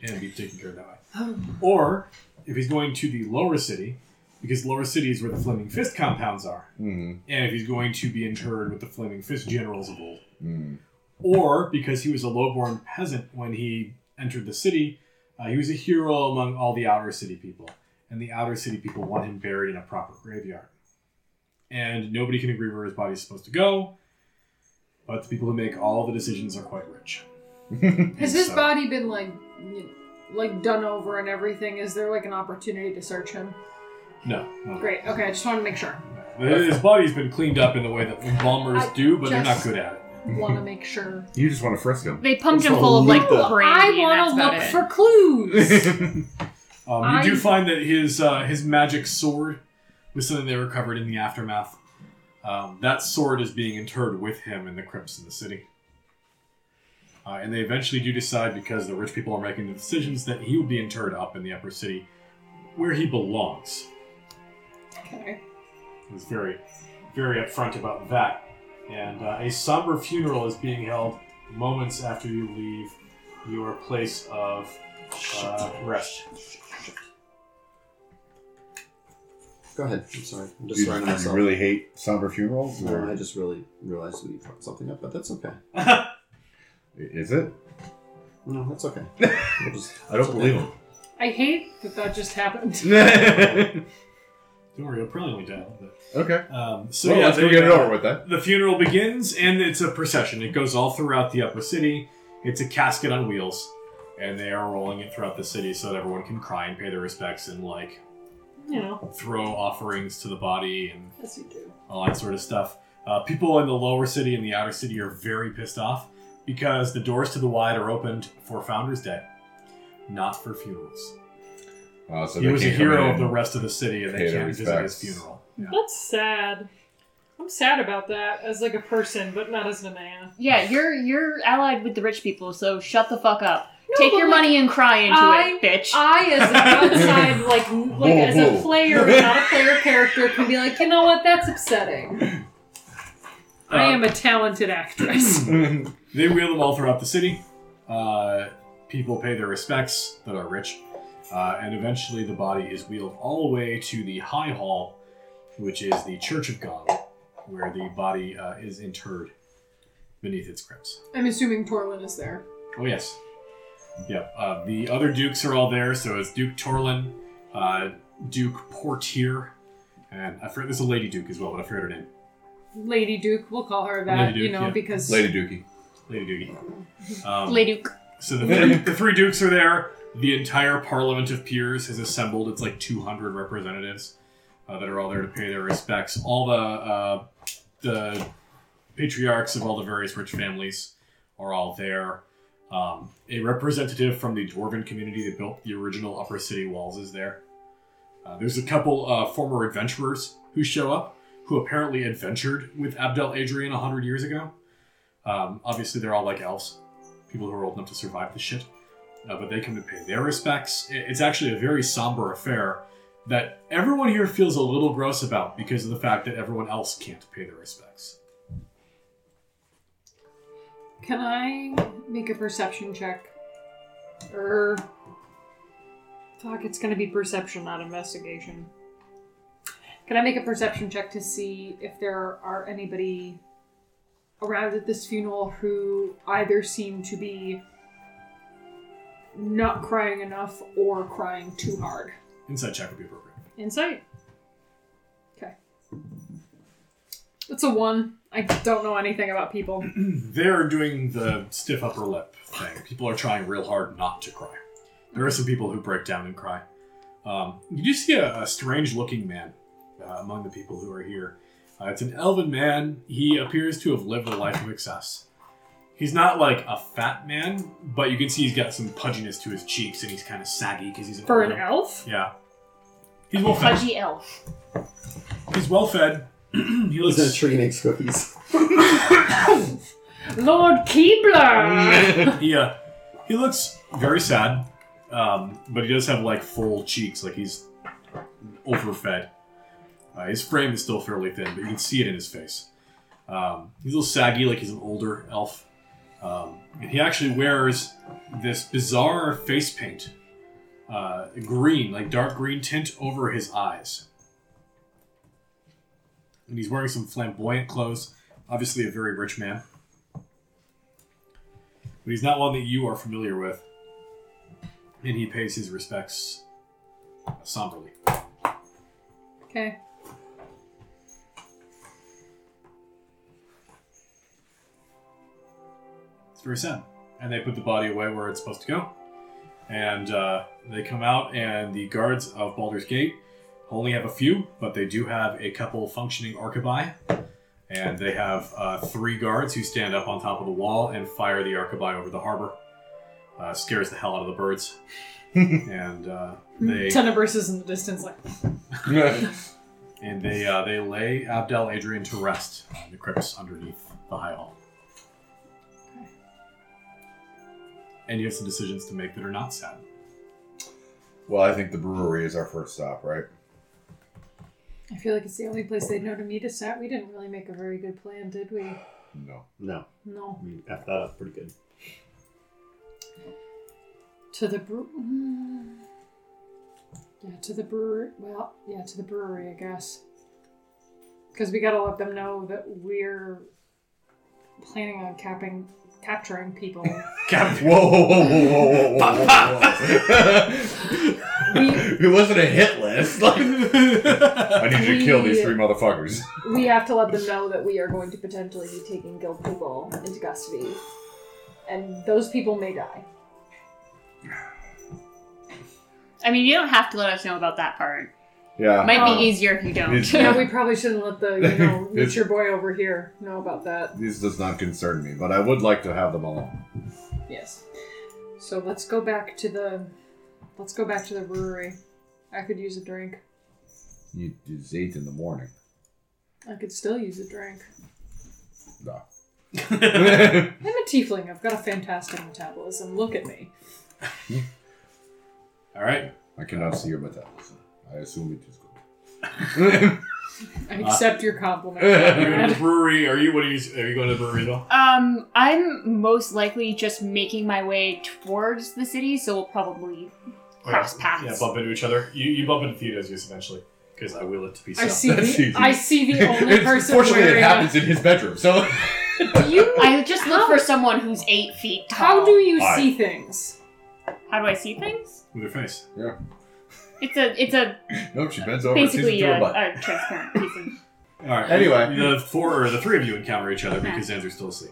Speaker 1: and be taken care of that way. or if he's going to the lower city, because lower city is where the Flaming Fist compounds are,
Speaker 4: Mm-hmm.
Speaker 1: and if he's going to be interred with the Flaming Fist generals of old,
Speaker 4: Mm-hmm.
Speaker 1: or because he was a lowborn peasant when he entered the city, uh, he was a hero among all the outer city people, and the outer city people want him buried in a proper graveyard. And nobody can agree where his body is supposed to go, but the people who make all the decisions are quite rich.
Speaker 3: Has his
Speaker 1: So-
Speaker 3: body been like, you know, like done over and everything? Is there like an opportunity to search him?
Speaker 1: No, no.
Speaker 3: Great. Okay, I just wanted to make sure.
Speaker 1: no. His body's been cleaned up in the way that embalmers
Speaker 3: I
Speaker 1: do, but they're not
Speaker 3: just-
Speaker 1: good at it.
Speaker 3: Want to make sure.
Speaker 4: You just want to frisk him.
Speaker 5: They pumped him
Speaker 2: It's a
Speaker 5: full of like
Speaker 2: loop.
Speaker 5: brandy.
Speaker 3: I
Speaker 5: want to
Speaker 3: look for clues.
Speaker 1: Um,
Speaker 3: I-
Speaker 1: you do find that his uh, his magic sword was something they recovered in the aftermath. Um, that sword is being interred with him in the crypts in the city. Uh, and they eventually do decide, because the rich people are making the decisions, that he will be interred up in the upper city, where he belongs.
Speaker 3: okay.
Speaker 1: He was very, very upfront about that. And uh, a somber funeral is being held moments after you leave your place of uh, rest.
Speaker 2: Go ahead. I'm sorry. I'm
Speaker 4: You,
Speaker 2: just surrounding
Speaker 4: you
Speaker 2: myself.
Speaker 4: really hate somber funerals?
Speaker 2: No, I
Speaker 4: Or
Speaker 2: just really realized we fucked something up, but that's okay.
Speaker 4: is it?
Speaker 2: No, that's okay. We'll just-
Speaker 4: I
Speaker 2: it's okay.
Speaker 4: don't believe him.
Speaker 3: I hate that that just happened.
Speaker 4: okay.
Speaker 1: Don't worry, I'll probably only die a little bit. Um, so
Speaker 4: So well,
Speaker 1: yeah,
Speaker 4: let's go
Speaker 1: they,
Speaker 4: get it
Speaker 1: uh,
Speaker 4: over with then.
Speaker 1: The funeral begins, and it's a procession. It goes all throughout the upper city. It's a casket on wheels, and they are rolling it throughout the city so that everyone can cry and pay their respects and like
Speaker 3: You know,
Speaker 1: throw offerings to the body and
Speaker 3: as you do.
Speaker 1: all that sort of stuff. Uh, people in the lower city and the outer city are very pissed off because the doors to the wide are opened for Founder's Day, not for funerals.
Speaker 4: Uh, so
Speaker 1: he
Speaker 4: they
Speaker 1: was a
Speaker 4: can't come
Speaker 1: hero
Speaker 4: in
Speaker 1: of the
Speaker 4: and-
Speaker 1: rest of the city, and
Speaker 4: pay
Speaker 1: they
Speaker 4: their
Speaker 1: can't visit his
Speaker 4: respects.
Speaker 1: funeral. Yeah.
Speaker 3: That's sad. I'm sad about that as like a person, but not as a man.
Speaker 5: Yeah, you're you're allied with the rich people, so shut the fuck up.
Speaker 3: No,
Speaker 5: Take
Speaker 3: but,
Speaker 5: your money and cry into
Speaker 3: I-
Speaker 5: it, bitch.
Speaker 3: I, as an outside, like n- like
Speaker 4: Whoa,
Speaker 3: as a
Speaker 4: whoa.
Speaker 3: player, not a player character, can be like, you know what? That's upsetting. I am a talented actress.
Speaker 1: They wheel them all throughout the city. Uh, people pay their respects that are rich. Uh, and eventually the body is wheeled all the way to the High Hall, which is the Church of God, where the body uh, is interred beneath its crypts.
Speaker 3: I'm assuming Torlin is there.
Speaker 1: Oh, yes. Yep. Uh, the other dukes are all there, so it's Duke Torlin, uh, Duke Portier, and I forget, there's a Lady Duke as well, but I forget her name.
Speaker 3: Lady Duke, we'll call her that,
Speaker 1: Lady
Speaker 3: you
Speaker 1: Duke,
Speaker 3: know,
Speaker 1: yeah.
Speaker 3: because
Speaker 4: Lady Dookie.
Speaker 1: Lady Doogie. Um,
Speaker 5: Leduc.
Speaker 1: So the three, the three dukes are there. The entire Parliament of Peers has assembled. It's like 200 representatives uh, that are all there to pay their respects. All the uh, the patriarchs of all the various rich families are all there. Um, a representative from the dwarven community that built the original Upper City walls is there. Uh, there's a couple uh, former adventurers who show up, who apparently adventured with Abdel Adrian 100 years ago. Um, obviously, they're all like elves people who are old enough to survive the shit. Uh, but they come to pay their respects. I- It's actually a very somber affair that everyone here feels a little gross about because of the fact that everyone else can't pay their respects.
Speaker 3: Can I make a perception check? Or. Fuck, it's gonna be perception, not investigation. Can I make a perception check to see if there are anybody around at this funeral who either seem to be not crying enough or crying too hard?
Speaker 1: Inside check would be appropriate.
Speaker 3: Insight. Okay. It's a one. I don't know anything about people.
Speaker 1: They're doing the stiff upper lip thing. People are trying real hard not to cry. There are some people who break down and cry. Um, you do see a, a strange looking man uh, among the people who are here. Uh, it's an elven man. He appears to have lived a life of excess. He's not like a fat man, but you can see he's got some pudginess to his cheeks and he's kind of saggy because he's an
Speaker 3: For an
Speaker 1: elven.
Speaker 3: elf?
Speaker 1: Yeah. He's well fed.
Speaker 5: Fudgy elf.
Speaker 1: He's well fed. he
Speaker 2: He's in a
Speaker 1: looks.
Speaker 2: tree makes cookies.
Speaker 3: Lord
Speaker 4: Mm.
Speaker 3: Keebler!
Speaker 1: yeah, he looks very sad, um, but he does have like full cheeks, like he's overfed. Uh, his frame is still fairly thin, but you can see it in his face. Um, he's a little saggy, like he's an older elf. Um, and he actually wears this bizarre face paint, uh, green, like dark green tint over his eyes. And he's wearing some flamboyant clothes. Obviously, a very rich man but he's not one that you are familiar with. And he pays his respects somberly.
Speaker 3: okay.
Speaker 1: It's very sad. And they put the body away where it's supposed to go. And uh, they come out, and the guards of Baldur's Gate only have a few, but they do have a couple functioning arcabi. And they have uh, three guards who stand up on top of the wall and fire the arcabi over the harbor. Uh, scares the hell out of the birds. and uh, they.
Speaker 3: Tenebris is in the distance, like,
Speaker 1: and they uh, they lay Abdel Adrian to rest in the crypts underneath the High Hall. And you have some decisions to make that are not sad.
Speaker 4: well, I think the brewery is our first stop, right?
Speaker 3: I feel like it's the only place they'd know to meet us at. We didn't really make a very good plan, did we?
Speaker 4: No.
Speaker 2: No,
Speaker 3: No.
Speaker 2: we effed that up pretty good.
Speaker 3: To the brew. mm. Yeah, to the brewery. Well, yeah, to the brewery, I guess. Because we gotta let them know that we're planning on capping, capturing people.
Speaker 1: Captain,
Speaker 4: Whoa, whoa, whoa, whoa, whoa, whoa, whoa, whoa,
Speaker 3: we,
Speaker 4: It wasn't a hit list. Like, I need you to kill these three motherfuckers.
Speaker 6: We have to let them know that we are going to potentially be taking guild people into custody. And those people may die.
Speaker 5: I mean, you don't have to let us know about that part.
Speaker 4: Yeah.
Speaker 5: Might
Speaker 3: Oh.
Speaker 5: be easier if you
Speaker 4: It's-
Speaker 5: don't.
Speaker 3: yeah, we probably shouldn't let the, you know, meet
Speaker 4: It's-
Speaker 3: your boy over here know about that.
Speaker 4: This does not concern me, but I would like to have them all.
Speaker 3: Yes. So let's go back to the let's go back to the brewery. I could use a drink.
Speaker 4: You, it's eight in the morning.
Speaker 3: I could still use a drink.
Speaker 4: No.
Speaker 3: I'm a tiefling. I've got a fantastic metabolism. Look at me.
Speaker 1: All right.
Speaker 4: I cannot see your metabolism. I assume it is good.
Speaker 3: I accept your compliment.
Speaker 1: Are you going to
Speaker 3: Brad.
Speaker 1: the brewery? Are you? What are you? Are you going to the brewery though?
Speaker 5: Um, I'm most likely just making my way towards the city, so we'll probably cross paths.
Speaker 1: Oh, Yeah, bump into each other. You, you bump into Theodosius eventually because I will it to be
Speaker 3: I
Speaker 1: so.
Speaker 3: see.
Speaker 4: That's
Speaker 3: The,
Speaker 4: easy.
Speaker 3: I see the only
Speaker 4: It's-
Speaker 3: person.
Speaker 4: fortunately,
Speaker 3: wearing
Speaker 4: it
Speaker 3: a-
Speaker 4: happens in his bedroom. So
Speaker 3: You.
Speaker 5: I just look for someone who's eight feet tall.
Speaker 3: How do you
Speaker 4: Hi.
Speaker 3: see things?
Speaker 5: How do I see things?
Speaker 1: With her face.
Speaker 5: It's a it's a
Speaker 4: no, she bends over. and sees him
Speaker 5: basically
Speaker 4: through her
Speaker 5: a,
Speaker 4: butt.
Speaker 5: a transparent piece of
Speaker 1: All right.
Speaker 4: Anyway.
Speaker 1: the four or the three of you encounter each other because Andrew's still asleep.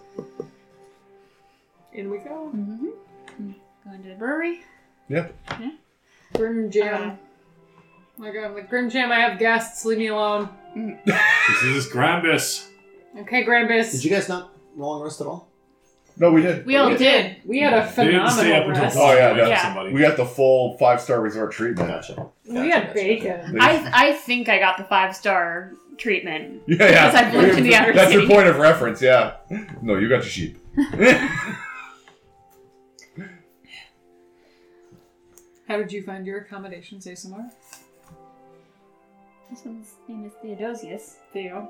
Speaker 3: In we go.
Speaker 5: mm-hmm. going to the brewery.
Speaker 3: Grim Jam.
Speaker 5: Uh,
Speaker 3: Like I'm like Grim Jam. I have guests. Leave me alone.
Speaker 1: This is Grambus.
Speaker 3: Okay, Grambus.
Speaker 2: Did you guys not long rest at all?
Speaker 4: no, we did.
Speaker 5: We all
Speaker 3: We did.
Speaker 5: did.
Speaker 3: We had a
Speaker 1: They didn't
Speaker 3: phenomenal
Speaker 1: stay up until
Speaker 3: rest.
Speaker 4: Oh, yeah,
Speaker 1: waiting for
Speaker 5: yeah.
Speaker 1: somebody.
Speaker 4: We got the full five star resort treatment.
Speaker 2: Gotcha.
Speaker 3: we
Speaker 2: Gotcha,
Speaker 3: had
Speaker 2: gotcha.
Speaker 3: bacon.
Speaker 5: I I think I got the five star treatment.
Speaker 4: Yeah, yeah.
Speaker 5: Because I've lived in the outer
Speaker 4: That's your
Speaker 5: city.
Speaker 4: point of reference, yeah. No, you got the sheep.
Speaker 3: How did you find your accommodations, ASMR?
Speaker 5: This one's name is Theodosius.
Speaker 3: Theo.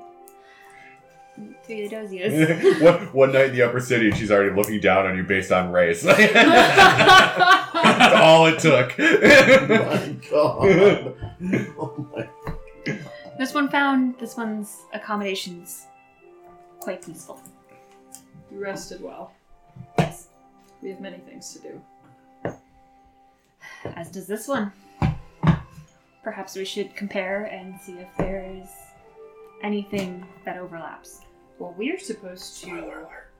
Speaker 5: Theodosius.
Speaker 4: one, one night in the upper city, and she's already looking down on you based on race. That's
Speaker 3: I
Speaker 4: all it took.
Speaker 2: Oh my god. Oh my.
Speaker 5: this one found this one's accommodations quite peaceful.
Speaker 3: You rested well.
Speaker 5: Yes,
Speaker 3: We have many things to do.
Speaker 5: as does this one. Perhaps we should compare and see if there is anything that overlaps.
Speaker 3: Well, we're supposed to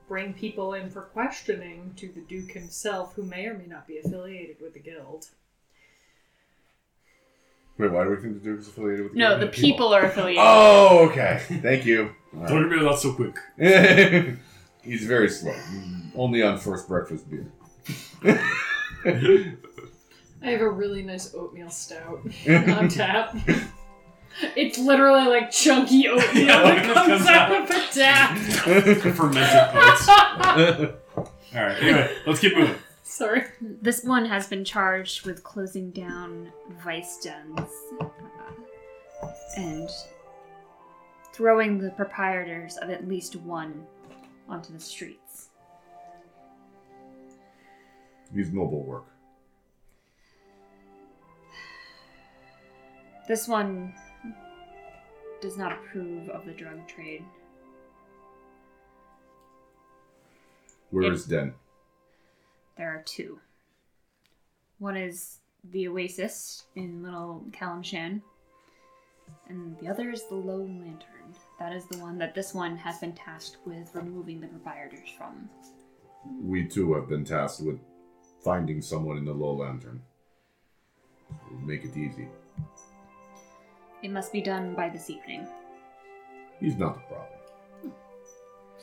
Speaker 3: bring people in for questioning to the Duke himself, who may or may not be affiliated with the guild.
Speaker 4: Wait, why do we think the Duke is affiliated with the
Speaker 5: No, the
Speaker 4: government?
Speaker 5: people are affiliated.
Speaker 4: Oh, okay. Thank you.
Speaker 1: Don't remember that so quick.
Speaker 4: He's very slow. Only on first breakfast beer.
Speaker 3: I have a really nice oatmeal stout on tap. It's literally like chunky oatmeal that
Speaker 1: Oatmeal
Speaker 3: comes
Speaker 1: comes
Speaker 3: out of a tap.
Speaker 1: Fermented oats. All right. Anyway, let's keep moving.
Speaker 3: Sorry.
Speaker 5: This one has been charged with closing down vice dens uh, and throwing the proprietors of at least one onto the streets.
Speaker 4: He's noble work.
Speaker 5: This one does not approve of the drug trade.
Speaker 4: Where is Den?
Speaker 5: There are two. One is the Oasis in Little Kalimshan, and the other is the Lone Lantern. That is the one that this one has been tasked with removing the proprietors from.
Speaker 4: We too have been tasked with finding someone in the low lantern. We'll make it easy.
Speaker 5: It must be done by this evening.
Speaker 4: He's not the problem.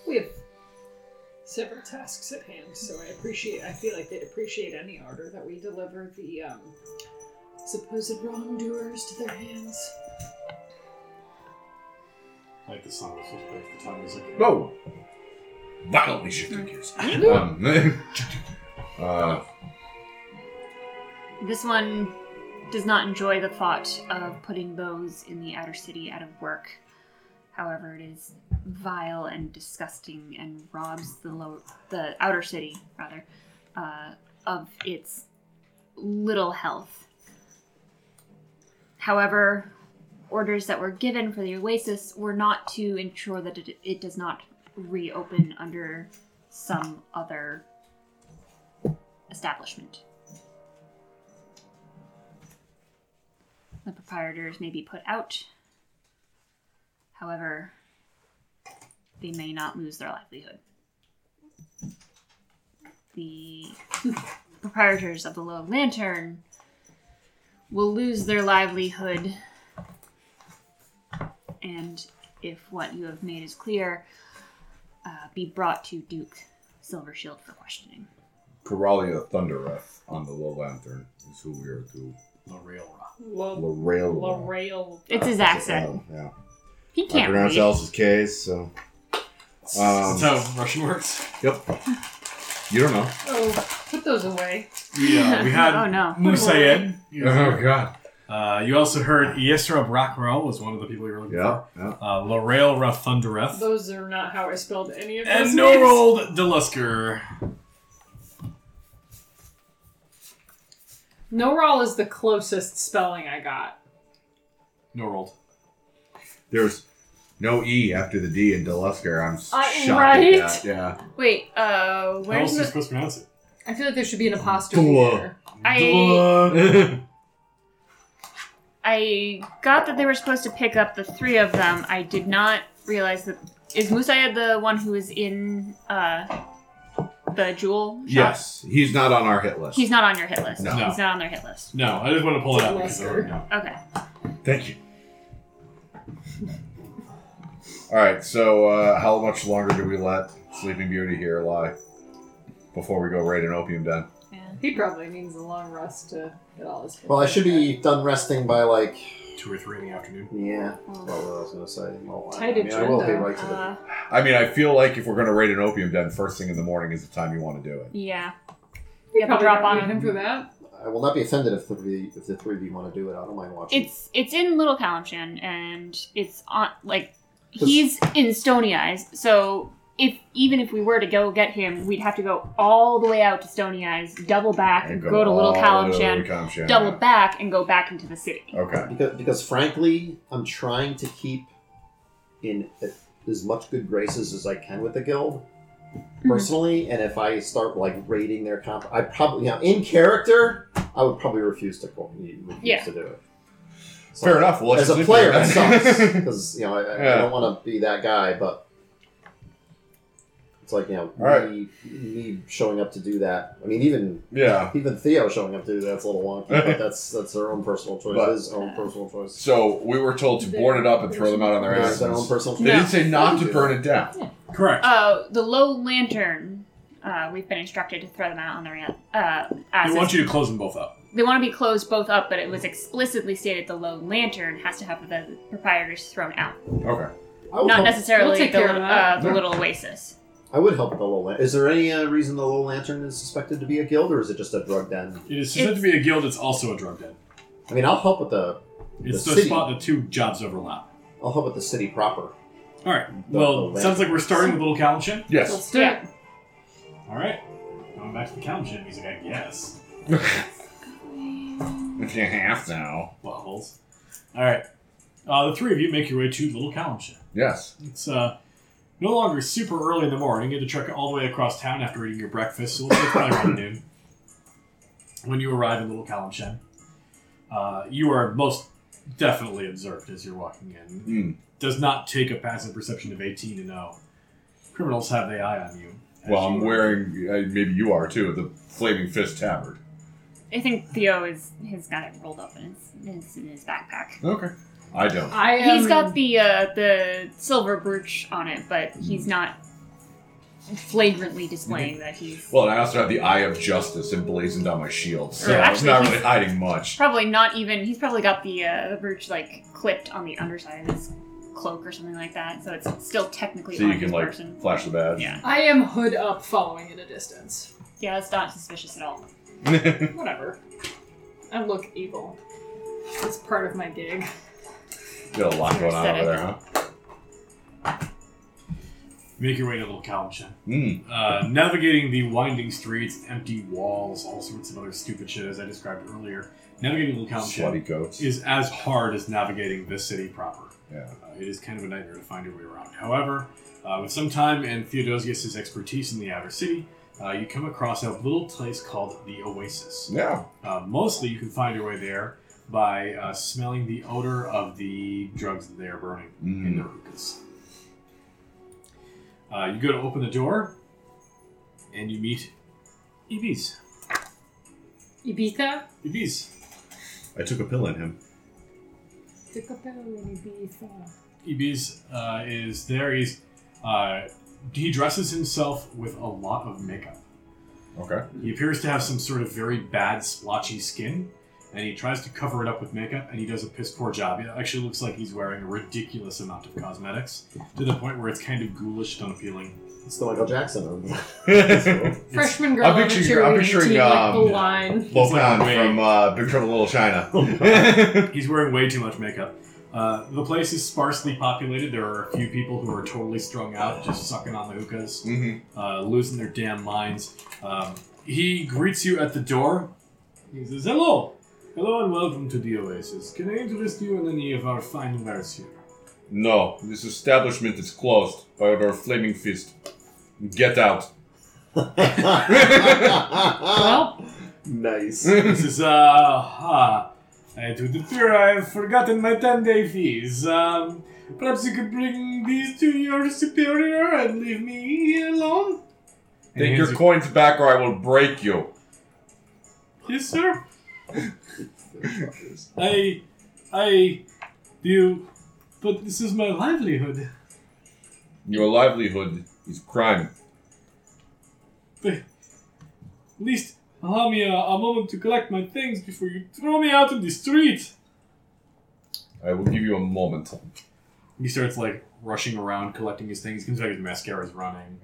Speaker 3: We have several tasks at hand, so I appreciate. I feel like they'd appreciate any order that we deliver the um, supposed wrongdoers to their hands.
Speaker 1: like the song was supposed to play at the time. It's like,
Speaker 4: No! Violently shifting gears. Um, uh,
Speaker 5: This one does not enjoy the thought of putting those in the outer city out of work. However, it is vile and disgusting and robs the lower, the outer city rather uh, of its little health. However, orders that were given for the oasis were not to ensure that it, it does not reopen under some other establishment. The proprietors may be put out. However, they may not lose their livelihood. The proprietors of the Lone Lantern will lose their livelihood. And if what you have made is clear, uh, be brought to Duke Silvershield for questioning.
Speaker 4: Coralia Thundereth on the low lantern is who we are to.
Speaker 1: the real rock.
Speaker 3: Well,
Speaker 4: Lorail.
Speaker 3: L'Oreal.
Speaker 5: It's his accent.
Speaker 4: Yeah.
Speaker 5: He
Speaker 4: I
Speaker 5: can't
Speaker 4: pronounce
Speaker 5: read.
Speaker 4: Alice's K's, so.
Speaker 1: That's
Speaker 4: Um,
Speaker 1: how Russian works.
Speaker 4: yep. You don't know.
Speaker 3: Oh, put those away.
Speaker 1: We, uh, we had
Speaker 5: Oh, no.
Speaker 1: Musayed.
Speaker 4: Oh, God.
Speaker 1: Uh, you also heard Yisra Brockwell was one of the people you were looking
Speaker 4: Yeah,
Speaker 1: for.
Speaker 4: yeah.
Speaker 1: Uh, Laurel Rafundreth.
Speaker 3: Those are not how I spelled any of those
Speaker 1: And
Speaker 3: names.
Speaker 1: Norold Delusker.
Speaker 3: Noral is the closest spelling I got.
Speaker 1: Norold.
Speaker 4: There's no E after the D in Delusker. I'm
Speaker 3: I-
Speaker 4: shocked.
Speaker 3: right?
Speaker 4: At that. Yeah.
Speaker 5: Wait, uh,
Speaker 1: How else
Speaker 5: where's
Speaker 1: are you
Speaker 5: the?
Speaker 1: supposed to pronounce it?
Speaker 3: I feel like there should be an apostrophe
Speaker 4: Dula.
Speaker 3: there.
Speaker 5: I I got that they were supposed to pick up the three of them. I did not realize that is Musaya the one who is in uh the jewel. shop?
Speaker 4: yes, he's not on our hit list.
Speaker 5: He's not on your hit list.
Speaker 4: No.
Speaker 5: He's not on their hit list.
Speaker 1: no, I just want to pull it out. because I
Speaker 6: Delusker.
Speaker 1: already know.
Speaker 5: Okay.
Speaker 4: Thank you. All right. So, uh, how much longer do we let Sleeping Beauty here lie before we go raid an opium den?
Speaker 6: He probably needs a long rest to get all his.
Speaker 2: Well, I should be done resting by like
Speaker 1: Two or three in the afternoon.
Speaker 2: yeah.
Speaker 5: Well,
Speaker 2: What was I gonna say? Well, I,
Speaker 6: Tight
Speaker 2: I mean, I will
Speaker 6: agenda.
Speaker 2: hit right to the.
Speaker 5: Uh,
Speaker 4: I mean, I feel like if we're going to raid an opium den, first thing in the morning is the time you want to do it.
Speaker 5: yeah.
Speaker 3: You
Speaker 5: You have
Speaker 3: probably
Speaker 5: to drop
Speaker 3: don't
Speaker 5: on
Speaker 3: need
Speaker 5: him.
Speaker 3: him for that.
Speaker 2: I will not be offended if the three, if the three of you want to do it. I don't mind watching.
Speaker 5: It's it's in Little Calamshan and it's on like he's in Stony Eyes. So if even if we were to go get him, we'd have to go all the way out to Stony Eyes, double back, and go, to Little
Speaker 4: all the way to
Speaker 5: Calamshan,
Speaker 4: Little Calamshan.
Speaker 5: double back, and go back into the city.
Speaker 4: Okay.
Speaker 2: because because frankly, I'm trying to keep in as much good graces as I can with the guild
Speaker 5: Mm-hmm.
Speaker 2: personally. And if I start like raiding their comp, I probably now in character, I would probably refuse to co- refuse
Speaker 5: Yeah.
Speaker 2: to do it. So-
Speaker 4: Fair enough. Well, let's
Speaker 2: As a
Speaker 4: sleep
Speaker 2: player,
Speaker 4: here
Speaker 2: it
Speaker 4: then.
Speaker 2: sucks because you know I, I- I
Speaker 4: Yeah.
Speaker 2: don't want to be that guy, but it's like you know
Speaker 4: All right.
Speaker 2: me, me showing up to do that. I mean, even
Speaker 4: yeah.
Speaker 2: even Theo showing up to do that's a little wonky, but that's that's their own personal choice.
Speaker 4: But-
Speaker 2: His own personal choice.
Speaker 4: So we were told to board it up and throw them out on their
Speaker 2: It's
Speaker 4: asses.
Speaker 2: their own personal
Speaker 4: They
Speaker 2: choice.
Speaker 4: didn't say not to burn it down.
Speaker 1: Correct.
Speaker 5: Uh, the Low Lantern. Uh, we've been instructed to throw them out on their uh, asses.
Speaker 1: they want you to close them both up.
Speaker 5: They want to be closed both up, but it was explicitly stated the Lone Lantern has to have the proprietors thrown out,
Speaker 4: Okay.
Speaker 2: I would
Speaker 5: not
Speaker 2: help,
Speaker 5: necessarily
Speaker 3: We'll take
Speaker 5: the,
Speaker 3: care of
Speaker 5: little,
Speaker 3: that.
Speaker 5: uh, the
Speaker 4: Yeah.
Speaker 5: little oasis.
Speaker 2: I would help the Lowland. Is there any uh, reason the Lowland Lantern is suspected to be a guild, or is it just a drug den?
Speaker 1: It is said to
Speaker 5: It's-
Speaker 1: be a guild. It's also a drug den.
Speaker 2: I mean, I'll help with the
Speaker 1: It's
Speaker 2: The
Speaker 1: the,
Speaker 2: city.
Speaker 1: spot the two jobs overlap.
Speaker 2: I'll help with the city proper.
Speaker 1: All right.
Speaker 2: The-
Speaker 1: Well,
Speaker 2: the
Speaker 1: sounds like we're starting with Little Calamshin.
Speaker 4: Yes.
Speaker 3: Let's do it.
Speaker 1: All right. Going back to the Calamshin music, I guess.
Speaker 4: If you have to.
Speaker 1: Buttholes. All right. Uh, the three of you make your way to Little Calamshin.
Speaker 4: Yes.
Speaker 1: It's uh, no longer super early in the morning. You had to trek all the way across town after eating your breakfast, so it's probably around noon. When you arrive in Little Calamshen, uh, you are most definitely observed as you're walking in.
Speaker 4: Mm.
Speaker 1: Does not take a passive perception of 18 to know. Criminals have the eye on you. as
Speaker 4: Well, I'm
Speaker 1: you-
Speaker 4: wearing, uh, maybe you are too, the Flaming Fist Tabard.
Speaker 5: I think Theo is has got it rolled up in his, it's in his backpack.
Speaker 4: Okay. I don't.
Speaker 3: I am.
Speaker 5: he's got the uh, the silver brooch on it, but he's not flagrantly displaying that he's
Speaker 4: Well, and I also have the Eye of Justice emblazoned on my shield, so
Speaker 5: Or
Speaker 4: it's
Speaker 5: actually,
Speaker 4: not
Speaker 5: he's-
Speaker 4: really hiding much.
Speaker 5: probably not even. He's probably got the uh, the brooch like clipped on the underside of his cloak or something like that, so it's still technically
Speaker 4: So
Speaker 5: on
Speaker 4: you can,
Speaker 5: his
Speaker 4: like,
Speaker 5: person.
Speaker 4: flash the badge.
Speaker 5: Yeah.
Speaker 3: I am hood up, following at a distance.
Speaker 5: Yeah, that's not suspicious at all.
Speaker 3: Whatever. I look evil. It's part of my gig.
Speaker 4: Got a lot going on over there, huh?
Speaker 1: Make your way to Little Calamshin.
Speaker 4: Mm.
Speaker 1: uh, navigating the winding streets, empty walls, all sorts of other stupid shit as I described earlier. Navigating Little Calamshin
Speaker 4: Slutty goats.
Speaker 1: is as hard as navigating the city proper.
Speaker 4: Yeah.
Speaker 1: Uh, it is kind of a nightmare to find your way around. However, uh, with some time and Theodosius' expertise in the outer city, uh, you come across a little place called the Oasis.
Speaker 4: Yeah.
Speaker 1: Uh, mostly, you can find your way there by uh, smelling the odor of the drugs that they are burning in the
Speaker 4: Mm.
Speaker 1: hookahs. Uh, you go to open the door, and you meet Ibiz.
Speaker 3: Ibiza?
Speaker 1: Ibiz.
Speaker 4: I took a pill in him.
Speaker 3: Took a pill in Ibiza.
Speaker 1: Ibiz uh, is there. He's uh, he dresses himself with a lot of makeup.
Speaker 4: Okay.
Speaker 1: He appears to have some sort of very bad splotchy skin, and he tries to cover it up with makeup, and he does a piss poor job. It actually looks like he's wearing a ridiculous amount of cosmetics to the point where it's kind of ghoulish and unappealing.
Speaker 2: It's the Michael Jackson of
Speaker 3: Freshman girl
Speaker 4: I'm
Speaker 3: on a
Speaker 4: picturing- I'm
Speaker 3: cheerleading
Speaker 4: picturing,
Speaker 3: team, like the
Speaker 4: um,
Speaker 3: line.
Speaker 4: Lopan
Speaker 1: way-
Speaker 4: from uh, Big Trouble in Little China.
Speaker 1: He's wearing way too much makeup. Uh, the place is sparsely populated. There are a few people who are totally strung out, just sucking on the hookahs,
Speaker 4: Mhm.
Speaker 1: uh, losing their damn minds. Um, he greets you at the door. He says, "Hello, hello, and welcome to the Oasis. Can I interest you in any of our fine wares here?"
Speaker 4: No, this establishment is closed by order of Flaming Fist. Get out.
Speaker 3: Well,
Speaker 2: nice.
Speaker 1: This is, uh, ah, it would appear I've forgotten my 10 day fees. Um, perhaps you could bring these to your superior and leave me alone? And he
Speaker 4: Take your
Speaker 1: hands
Speaker 4: coins back or I will break you.
Speaker 1: you- Yes, sir. I. I. You. But this is my livelihood.
Speaker 4: Your livelihood is crime.
Speaker 1: At least allow me a, a moment to collect my things before you throw me out in the street.
Speaker 4: I will give you a moment.
Speaker 1: He starts, like, rushing around collecting his things. Comes back, his mascara's running.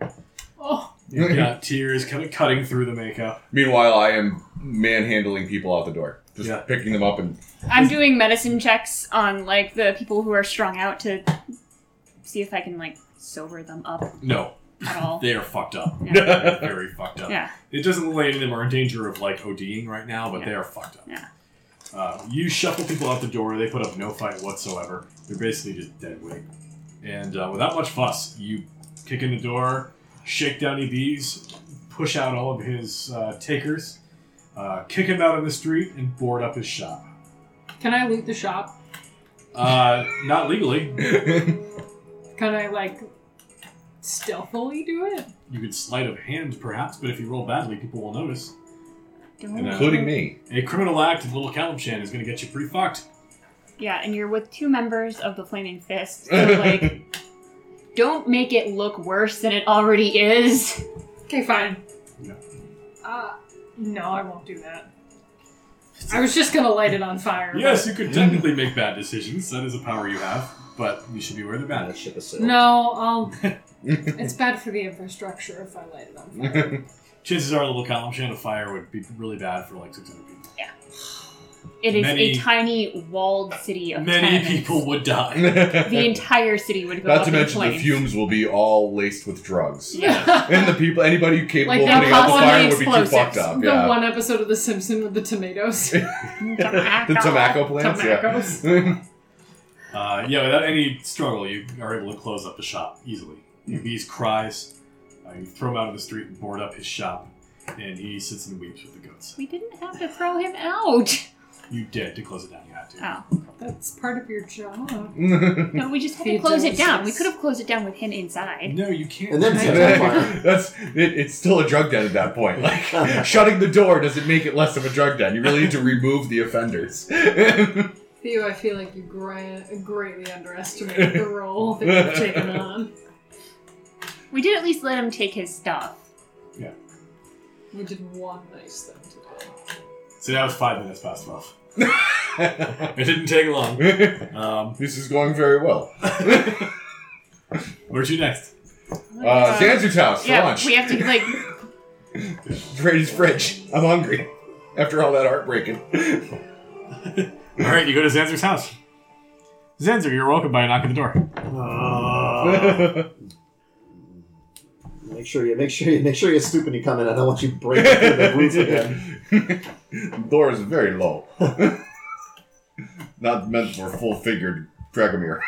Speaker 3: oh,
Speaker 1: He's got tears kind of cutting through the makeup.
Speaker 4: Meanwhile, I am manhandling people out the door, just
Speaker 1: Yeah.
Speaker 4: picking them up and
Speaker 5: I'm doing medicine checks on like the people who are strung out to see if I can like sober them up
Speaker 1: No,
Speaker 5: at all.
Speaker 1: They are fucked up.
Speaker 5: Yeah.
Speaker 1: They're very fucked up.
Speaker 5: yeah.
Speaker 1: It doesn't look like any of them are in danger of like ODing right now, but they are fucked up.
Speaker 5: Yeah.
Speaker 1: Uh, you shuffle people out the door. They put up no fight whatsoever. They're basically just dead weight. And uh, without much fuss, you kick in the door, shake down EBs, push out all of his uh, takers, uh, kick him out on the street, and board up his shop.
Speaker 3: can I loot the shop?
Speaker 1: Uh, not legally.
Speaker 3: Can I like stealthily do it?
Speaker 1: You could sleight of hand, perhaps, but if you roll badly, people will notice.
Speaker 5: Don't-
Speaker 1: And, uh,
Speaker 4: including me.
Speaker 1: A criminal act of little Calamshan is going to get you pretty fucked.
Speaker 5: Yeah, and you're with two members of the Flaming Fist. So, like, don't make it look worse than it already is.
Speaker 3: Okay, fine.
Speaker 1: Yeah.
Speaker 3: Uh, no, I won't do that. I was just gonna light it on fire. but-
Speaker 1: Yes, you
Speaker 2: Mm.
Speaker 1: could technically make bad decisions. That is a power you have, but you should be aware they're
Speaker 2: Man,
Speaker 1: bad.
Speaker 2: that ship is sailed.
Speaker 3: No, I'll. it's bad for the infrastructure if I light it on fire.
Speaker 1: Chances are, a little column chain of fire would be really bad for like 600 people.
Speaker 5: It is
Speaker 1: Many-
Speaker 5: a tiny walled city of
Speaker 1: Many
Speaker 5: tenements.
Speaker 1: people would die.
Speaker 5: The
Speaker 4: Not
Speaker 5: entire city would go up
Speaker 4: to
Speaker 5: in
Speaker 4: mention the
Speaker 5: flames.
Speaker 4: fumes will be all laced with drugs.
Speaker 5: Yeah.
Speaker 4: And the people, anybody
Speaker 3: Like
Speaker 4: capable
Speaker 3: the
Speaker 4: of putting out the
Speaker 3: possibly
Speaker 4: fire would be too
Speaker 5: explosives.
Speaker 4: fucked up.
Speaker 3: the
Speaker 4: Yeah.
Speaker 3: one episode of The Simpsons with the tomatoes.
Speaker 4: The tobacco plants,
Speaker 3: Tomatoes.
Speaker 4: yeah.
Speaker 1: Uh, yeah, without any struggle, you are able to close up the shop easily.
Speaker 2: Mm.
Speaker 1: The beast cries. Uh, you throw him out of the street and board up his shop, and he sits and weeps with the goats.
Speaker 5: We didn't have to throw him out.
Speaker 1: You did to close it down. You had to.
Speaker 5: Oh.
Speaker 3: That's part of your job.
Speaker 5: No, we just had to
Speaker 3: Feed
Speaker 5: close it
Speaker 3: delicious.
Speaker 5: down. We could have closed it down with him inside.
Speaker 1: No, you can't.
Speaker 2: And then
Speaker 1: do
Speaker 2: set
Speaker 1: that.
Speaker 2: it on fire.
Speaker 4: That's it, it's still a drug den at that point. Like shutting the door doesn't make it less of a drug den. You really need to remove the offenders.
Speaker 3: Theo, I feel like you gra- greatly underestimated the role that you've taken on.
Speaker 5: We did at least let him take his stuff.
Speaker 3: We did one nice thing today.
Speaker 1: So now it's five minutes past 12. It didn't take long. Um,
Speaker 4: this is going very well.
Speaker 5: Oh
Speaker 1: where to next?
Speaker 4: Uh, Zanzu's house for
Speaker 5: yeah,
Speaker 4: lunch.
Speaker 5: we have to like.
Speaker 4: Trade his fridge. I'm hungry. After all that heartbreaking.
Speaker 1: All right, you go to Zanzer's house. Zanzer, you're welcome by a knock at the door.
Speaker 2: Make sure you make sure you make sure you stoop when you come in. I don't want you breaking through the roof again.
Speaker 4: Door is very low. Not meant for full figured Dragomir.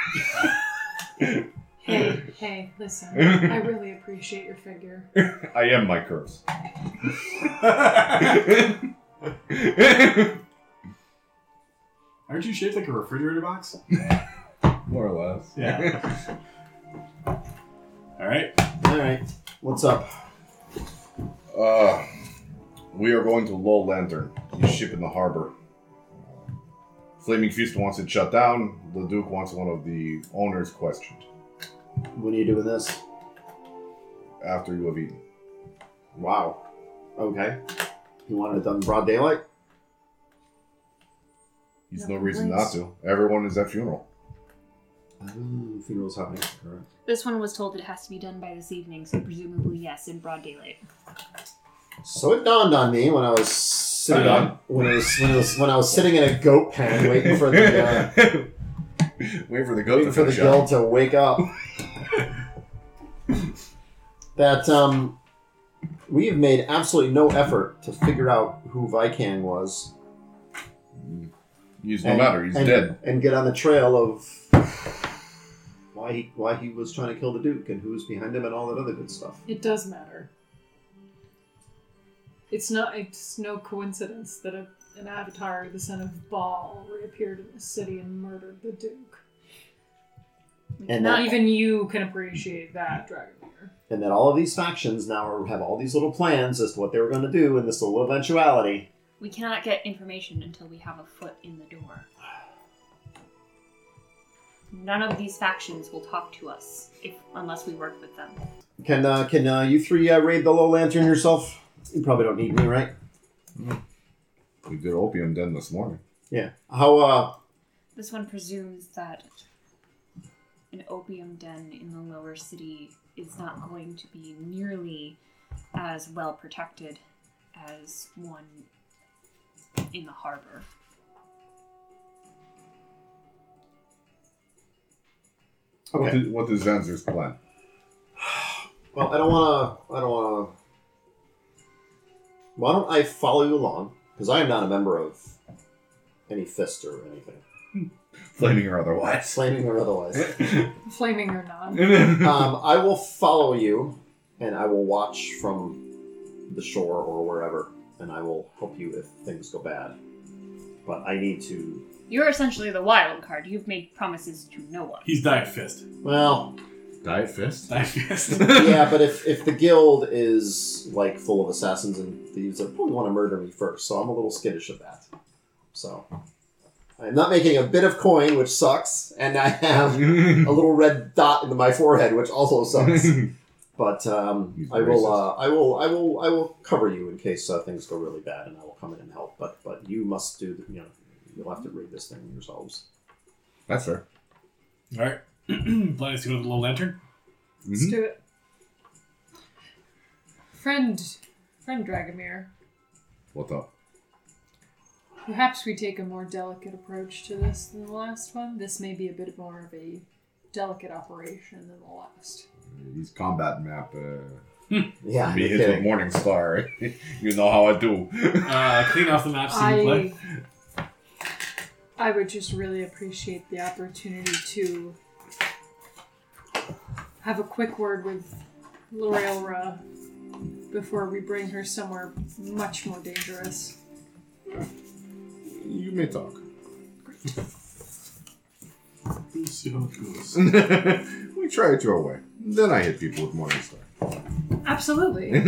Speaker 3: Hey, hey, listen. I really appreciate your figure.
Speaker 4: I am my curves.
Speaker 1: Aren't you shaped like a refrigerator box?
Speaker 4: More or less.
Speaker 1: Yeah. All right.
Speaker 2: All right, what's up?
Speaker 4: Uh, we are going to Low Lantern, the ship in the harbor. Flaming Fist wants it shut down. The Duke wants one of the owners questioned
Speaker 2: When are you doing this?
Speaker 4: after you have eaten.
Speaker 2: Wow. Okay. You wanted it done in broad daylight?
Speaker 4: There's no
Speaker 5: No
Speaker 4: reason not
Speaker 5: complaints.
Speaker 4: to. Everyone is at funeral.
Speaker 2: Um, funeral's happening. Correct.
Speaker 5: This one was told it has to be done by this evening, so presumably yes, in broad daylight.
Speaker 2: So it dawned on me when I was sitting
Speaker 4: Right on.
Speaker 2: on- when I was when I was when I was sitting in a goat pen waiting for the uh,
Speaker 4: Wait for the goat
Speaker 2: waiting
Speaker 4: to
Speaker 2: for the
Speaker 4: finish up.
Speaker 2: guild to wake up that um we have made absolutely no effort to figure out who Vican was.
Speaker 4: He's no matter. He's
Speaker 2: and,
Speaker 4: dead.
Speaker 2: And get on the trail of why he why he was trying to kill the Duke and who was behind him and all that other good stuff.
Speaker 3: It does matter. It's not. It's no coincidence that a, an avatar, the son of Baal, reappeared in the city and murdered the Duke.
Speaker 2: And
Speaker 3: Not
Speaker 2: that-
Speaker 3: even you can appreciate that, Dragonmere.
Speaker 2: and that all of these factions now are, have all these little plans as to what they were going to do in this little eventuality.
Speaker 5: We cannot get information until we have a foot in the door. None of these factions will talk to us if unless we work with them.
Speaker 2: Can uh, can uh, you three uh, raid the low lantern yourself? You probably don't need me, right?
Speaker 4: We did opium den this morning.
Speaker 2: Yeah. How uh
Speaker 5: This one presumes that an opium den in the lower city is not going to be nearly as well protected as one in the harbor.
Speaker 4: What
Speaker 2: okay.
Speaker 4: is What is Zanzer's plan?
Speaker 2: Well, I don't want to. I don't want to. Why don't I follow you along? Because I am not a member of any fist or anything,
Speaker 4: Flaming or otherwise.
Speaker 2: flaming or otherwise.
Speaker 3: Flaming or not.
Speaker 2: um, I will follow you, and I will watch from the shore or wherever, and I will help you if things go bad. But I need to
Speaker 5: You're essentially the wild card. You've made promises to no one.
Speaker 1: He's diet fist.
Speaker 2: Well,
Speaker 4: Diet fist?
Speaker 1: Diet fist.
Speaker 2: yeah, but if, if the guild is like full of assassins and thieves, they probably want to murder me first, so I'm a little skittish of that. So I'm not making a bit of coin, which sucks, and I have a little red dot into my forehead, which also sucks. But um,
Speaker 4: He's
Speaker 2: I will, uh,
Speaker 4: racist.
Speaker 2: I will, I will, I will cover you in case uh, things go really bad, and I will come in and help. But but you must do, the, you know, you'll have to read this thing yourselves.
Speaker 4: That's fair.
Speaker 1: All right. Plan is to go to the little lantern.
Speaker 3: Let's do it. Friend, friend Dragomir,
Speaker 4: What the?
Speaker 3: perhaps we take a more delicate approach to this than the last one. This may be a bit more of a delicate operation than the last.
Speaker 4: He's combat map. Uh,
Speaker 2: Yeah,
Speaker 4: me
Speaker 2: no
Speaker 4: hit with
Speaker 2: kidding.
Speaker 4: Morning Star. you know how I do.
Speaker 1: Uh, clean off the map. See you play.
Speaker 3: I, I would just really appreciate the opportunity to have a quick word with L'Orealra before we bring her somewhere much more dangerous.
Speaker 4: you may talk.
Speaker 1: We'll see how it goes.
Speaker 4: we try it your way. Then I hit people with Morning Star.
Speaker 3: Absolutely.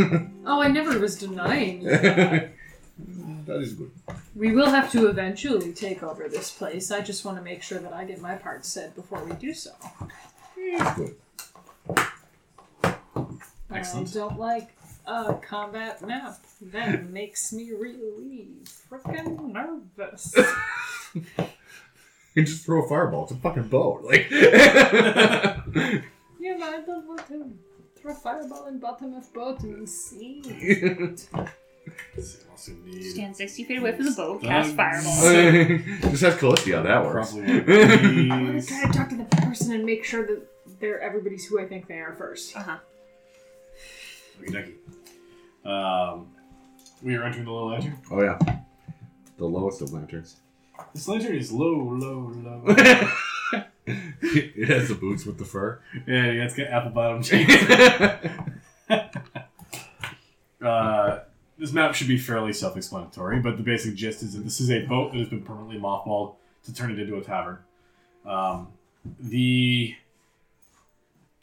Speaker 3: oh, I never was denying you that.
Speaker 4: that is good.
Speaker 3: We will have to eventually take over this place. I just want to make sure that I get my part said before we do so.
Speaker 4: It's good.
Speaker 1: Excellent.
Speaker 3: I Um, don't like a combat map. That makes me really freaking nervous.
Speaker 4: You can just throw a fireball. It's a fucking bow. Like.
Speaker 3: you know, I don't want to throw fireball in bottom of boat and see.
Speaker 1: also need
Speaker 5: Stand 60 feet away from the boat,
Speaker 1: Um,
Speaker 5: cast fireball.
Speaker 4: uh, just ask Callisti how that works.
Speaker 1: probably one of
Speaker 3: I'm gonna
Speaker 1: these.
Speaker 3: try to talk to the person and make sure that they're everybody's who I think they are first.
Speaker 5: Uh huh.
Speaker 1: Okey dokey. Um, we are entering the little lantern.
Speaker 4: Oh yeah, the lowest of lanterns.
Speaker 1: This lantern is low, low, low.
Speaker 4: it has the boots with the fur. Mm.
Speaker 1: yeah, yeah, it's got apple bottom jeans.
Speaker 4: yeah,
Speaker 1: Uh, this map should be fairly self-explanatory, but the basic gist is that this is a boat that has been permanently mothballed to turn it into a tavern. Um, the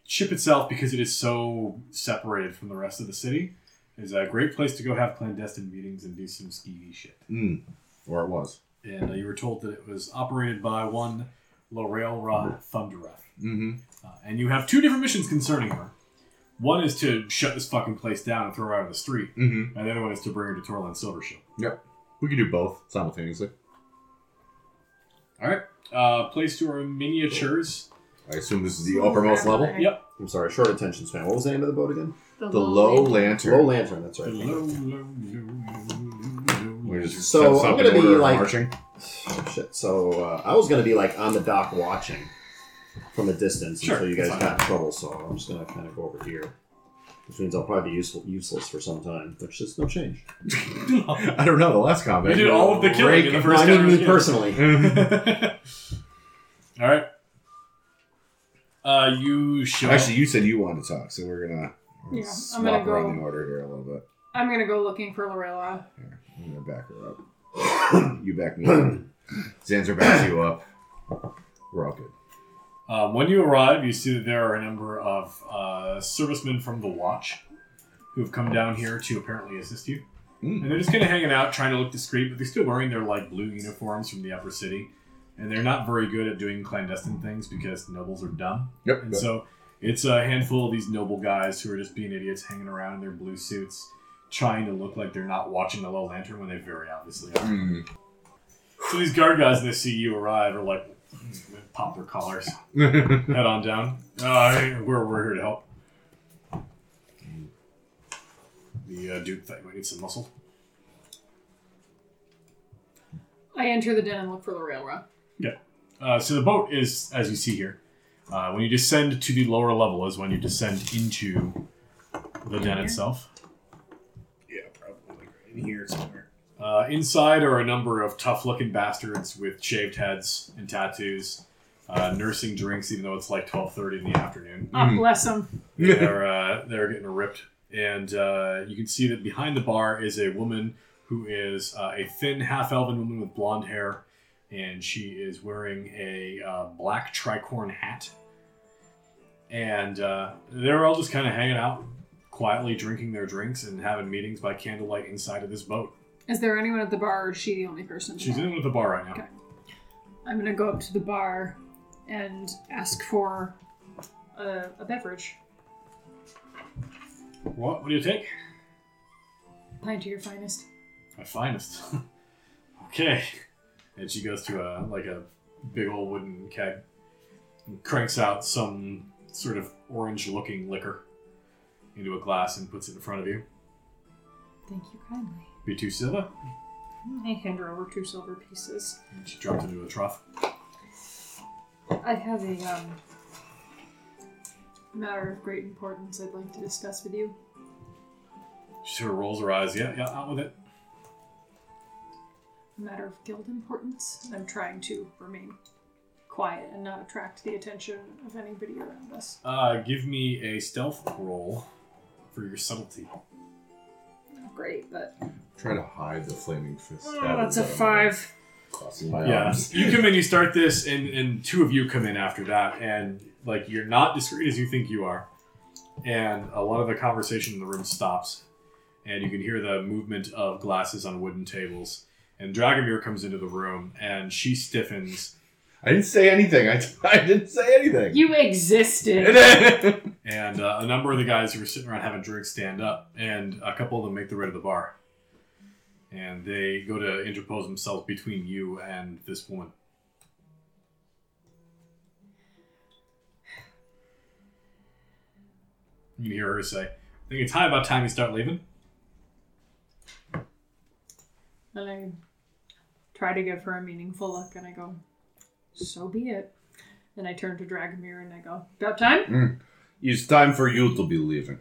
Speaker 1: ship itself, because it is so separated from the rest of the city, is a great place to go have clandestine meetings and do some skeevy shit.
Speaker 4: mm. or it was.
Speaker 1: And uh, you were told that it was operated by one L'Oreal Ra Thundereth.
Speaker 4: Mm-hmm.
Speaker 1: Uh, and you have two different missions concerning her. One is to shut this fucking place down and throw her out of the street,
Speaker 4: Mm-hmm.
Speaker 1: and the other one is to bring her to Torland Silvership.
Speaker 4: Yep, we could do both simultaneously.
Speaker 1: All right. Uh, place to our miniatures.
Speaker 4: I assume this is the uppermost level.
Speaker 1: Yep.
Speaker 2: I'm sorry, short attention span. What was the name of the boat again?
Speaker 4: The low lantern.
Speaker 2: Low Lantern. That's right.
Speaker 1: Low, low, low, low,
Speaker 4: We
Speaker 1: low, low.
Speaker 4: just
Speaker 2: So,
Speaker 4: set this
Speaker 2: I'm
Speaker 4: up in
Speaker 2: gonna be,
Speaker 4: order of
Speaker 2: like-
Speaker 4: marching.
Speaker 2: Oh, shit. So uh, I was gonna be like on the dock watching from a distance
Speaker 1: Sure,
Speaker 2: until you guys
Speaker 1: that's fine.
Speaker 2: got in trouble. So I'm just gonna kind of go over here, which means I'll probably be useful, useless for some time, which is no change.
Speaker 4: I don't know. The last
Speaker 1: You
Speaker 4: combat.
Speaker 1: did all of the killing in the first
Speaker 2: I mean,
Speaker 1: time.
Speaker 2: me personally.
Speaker 1: all right. Uh, you show
Speaker 4: Actually, you said you wanted to talk, so we're gonna
Speaker 3: Yeah,
Speaker 4: swap
Speaker 3: I'm gonna go-
Speaker 4: around the order here a little bit.
Speaker 3: I'm gonna go looking for Lorella.
Speaker 4: I'm gonna back her up. you back me up. Xanzer backs you up. We're all good.
Speaker 1: Um, when you arrive, you see that there are a number of uh, servicemen from the watch who have come down here to apparently assist you.
Speaker 4: Mm.
Speaker 1: And they're just kind of hanging out, trying to look discreet, but they're still wearing their like blue uniforms from the upper city. And they're not very good at doing clandestine things because nobles are dumb.
Speaker 4: Yep.
Speaker 1: And so it's a handful of these noble guys who are just being idiots, hanging around in their blue suits, trying to look like they're not watching the low lantern when they very obviously are.
Speaker 4: Mm.
Speaker 1: So these guard guys, when they see you arrive, are like, pop their collars head on down. Uh, hey, we're, we're here to help. The uh, Duke thing. We need some muscle.
Speaker 3: I enter the den and look for Lorella.
Speaker 1: Uh, so the boat is, as you see here, uh, when you descend to the lower level is when you descend into the den itself.
Speaker 7: Yeah, probably like right in here somewhere.
Speaker 1: Uh, inside are a number of tough-looking bastards with shaved heads and tattoos, uh, nursing drinks, even though it's like 12.30 in the afternoon.
Speaker 3: Ah,
Speaker 4: Mm.
Speaker 3: bless him.
Speaker 1: they're uh, they're getting ripped, and uh, you can see that behind the bar is a woman who is uh, a thin half-elven woman with blonde hair, and she is wearing a uh, black tricorn hat. And uh, they're all just kind of hanging out, quietly drinking their drinks and having meetings by candlelight inside of this boat.
Speaker 3: Is there anyone at the bar or is she the only person?
Speaker 1: She's in with the bar right now.
Speaker 3: I'm gonna go up to the bar and ask for a, a beverage.
Speaker 1: What? What do you take?
Speaker 3: Pint to your finest.
Speaker 1: My finest. okay. And she goes to a like a big old wooden keg and cranks out some sort of orange looking liquor into a glass and puts it in front of you.
Speaker 3: Thank you kindly.
Speaker 1: Be two silver.
Speaker 3: I hand her over two silver pieces.
Speaker 1: And she drops it into a trough.
Speaker 3: I have a um, matter of great importance I'd like to discuss with you.
Speaker 1: She sort of rolls her eyes. Yeah, yeah, out with it.
Speaker 3: A matter of guild importance. I'm trying to remain quiet and not attract the attention of anybody around us.
Speaker 1: Uh, give me a stealth roll for your subtlety.
Speaker 3: Not great, but
Speaker 4: Try to hide the flaming fist.
Speaker 3: oh, that's a five.
Speaker 4: Crossing my
Speaker 1: Yeah,
Speaker 4: arms.
Speaker 1: you come in, you start this, and and two of you come in after that, and like you're not discreet as you think you are, and a lot of the conversation in the room stops, and you can hear the movement of glasses on wooden tables, and Dragomir comes into the room, and she stiffens,
Speaker 4: I didn't say anything. I, I didn't say anything.
Speaker 3: You existed.
Speaker 1: and uh, a number of the guys who are sitting around having drinks stand up, and a couple of them make the right of the bar, and they go to interpose themselves between you and this woman. You can hear her say, "I think it's high about time you start leaving."
Speaker 3: And I try to give her a meaningful look and I go, so be it. Then I turn to Dragomir and I go, about time?
Speaker 4: it's time for you to be leaving.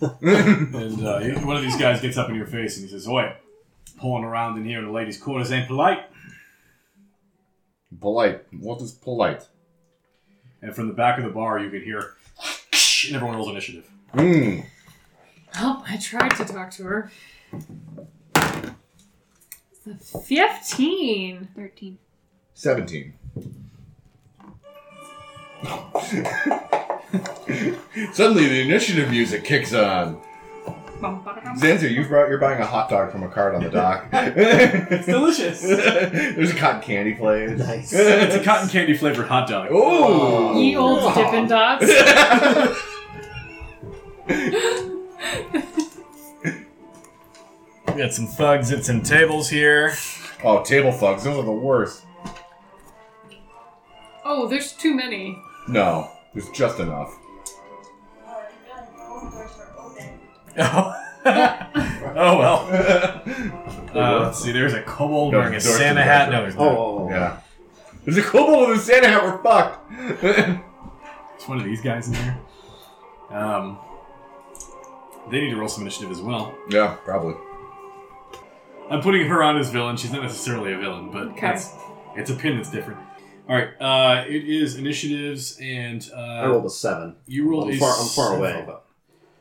Speaker 1: And uh, one of these guys gets up in your face and he says, "Oi, pulling around in here in the ladies' quarters ain't polite."
Speaker 4: Polite. What is polite?
Speaker 1: And from the back of the bar, you could hear, and everyone rolls initiative.
Speaker 4: Mm.
Speaker 3: Well, Oh, I tried to talk to her. It's a 15.
Speaker 5: Thirteen.
Speaker 4: 17. Suddenly the initiative music kicks on.
Speaker 3: Bum, bada, bum.
Speaker 4: Zanzu, you've brought, you're buying a hot dog from a cart on the dock.
Speaker 1: It's delicious.
Speaker 4: There's a cotton candy place.
Speaker 2: Nice.
Speaker 1: It's a cotton candy flavored hot dog.
Speaker 4: Oh!
Speaker 3: Ye old Dippin' Dots.
Speaker 1: We got some thugs and some tables here.
Speaker 4: oh, table thugs. Those are the worst.
Speaker 3: Oh, there's too many.
Speaker 4: No, there's just enough.
Speaker 1: oh well. Uh, let's see. There's a kobold
Speaker 4: No,
Speaker 1: wearing a
Speaker 4: there's doors to
Speaker 1: Santa
Speaker 4: the
Speaker 1: hat.
Speaker 4: bathroom.
Speaker 1: No, there's not.
Speaker 2: Oh,
Speaker 4: Yeah. There's a kobold with a Santa hat. We're fucked.
Speaker 1: It's one of these guys in here. Um, they need to roll some initiative as well.
Speaker 4: yeah, probably.
Speaker 1: I'm putting her on as villain. She's not necessarily a villain, but
Speaker 3: Okay.
Speaker 1: that's, it's a pin that's different. All right. Uh, it is initiatives, and uh,
Speaker 2: I rolled a seven.
Speaker 1: you rolled
Speaker 2: I'm
Speaker 1: a
Speaker 2: far, I'm far away.
Speaker 1: seven.
Speaker 2: But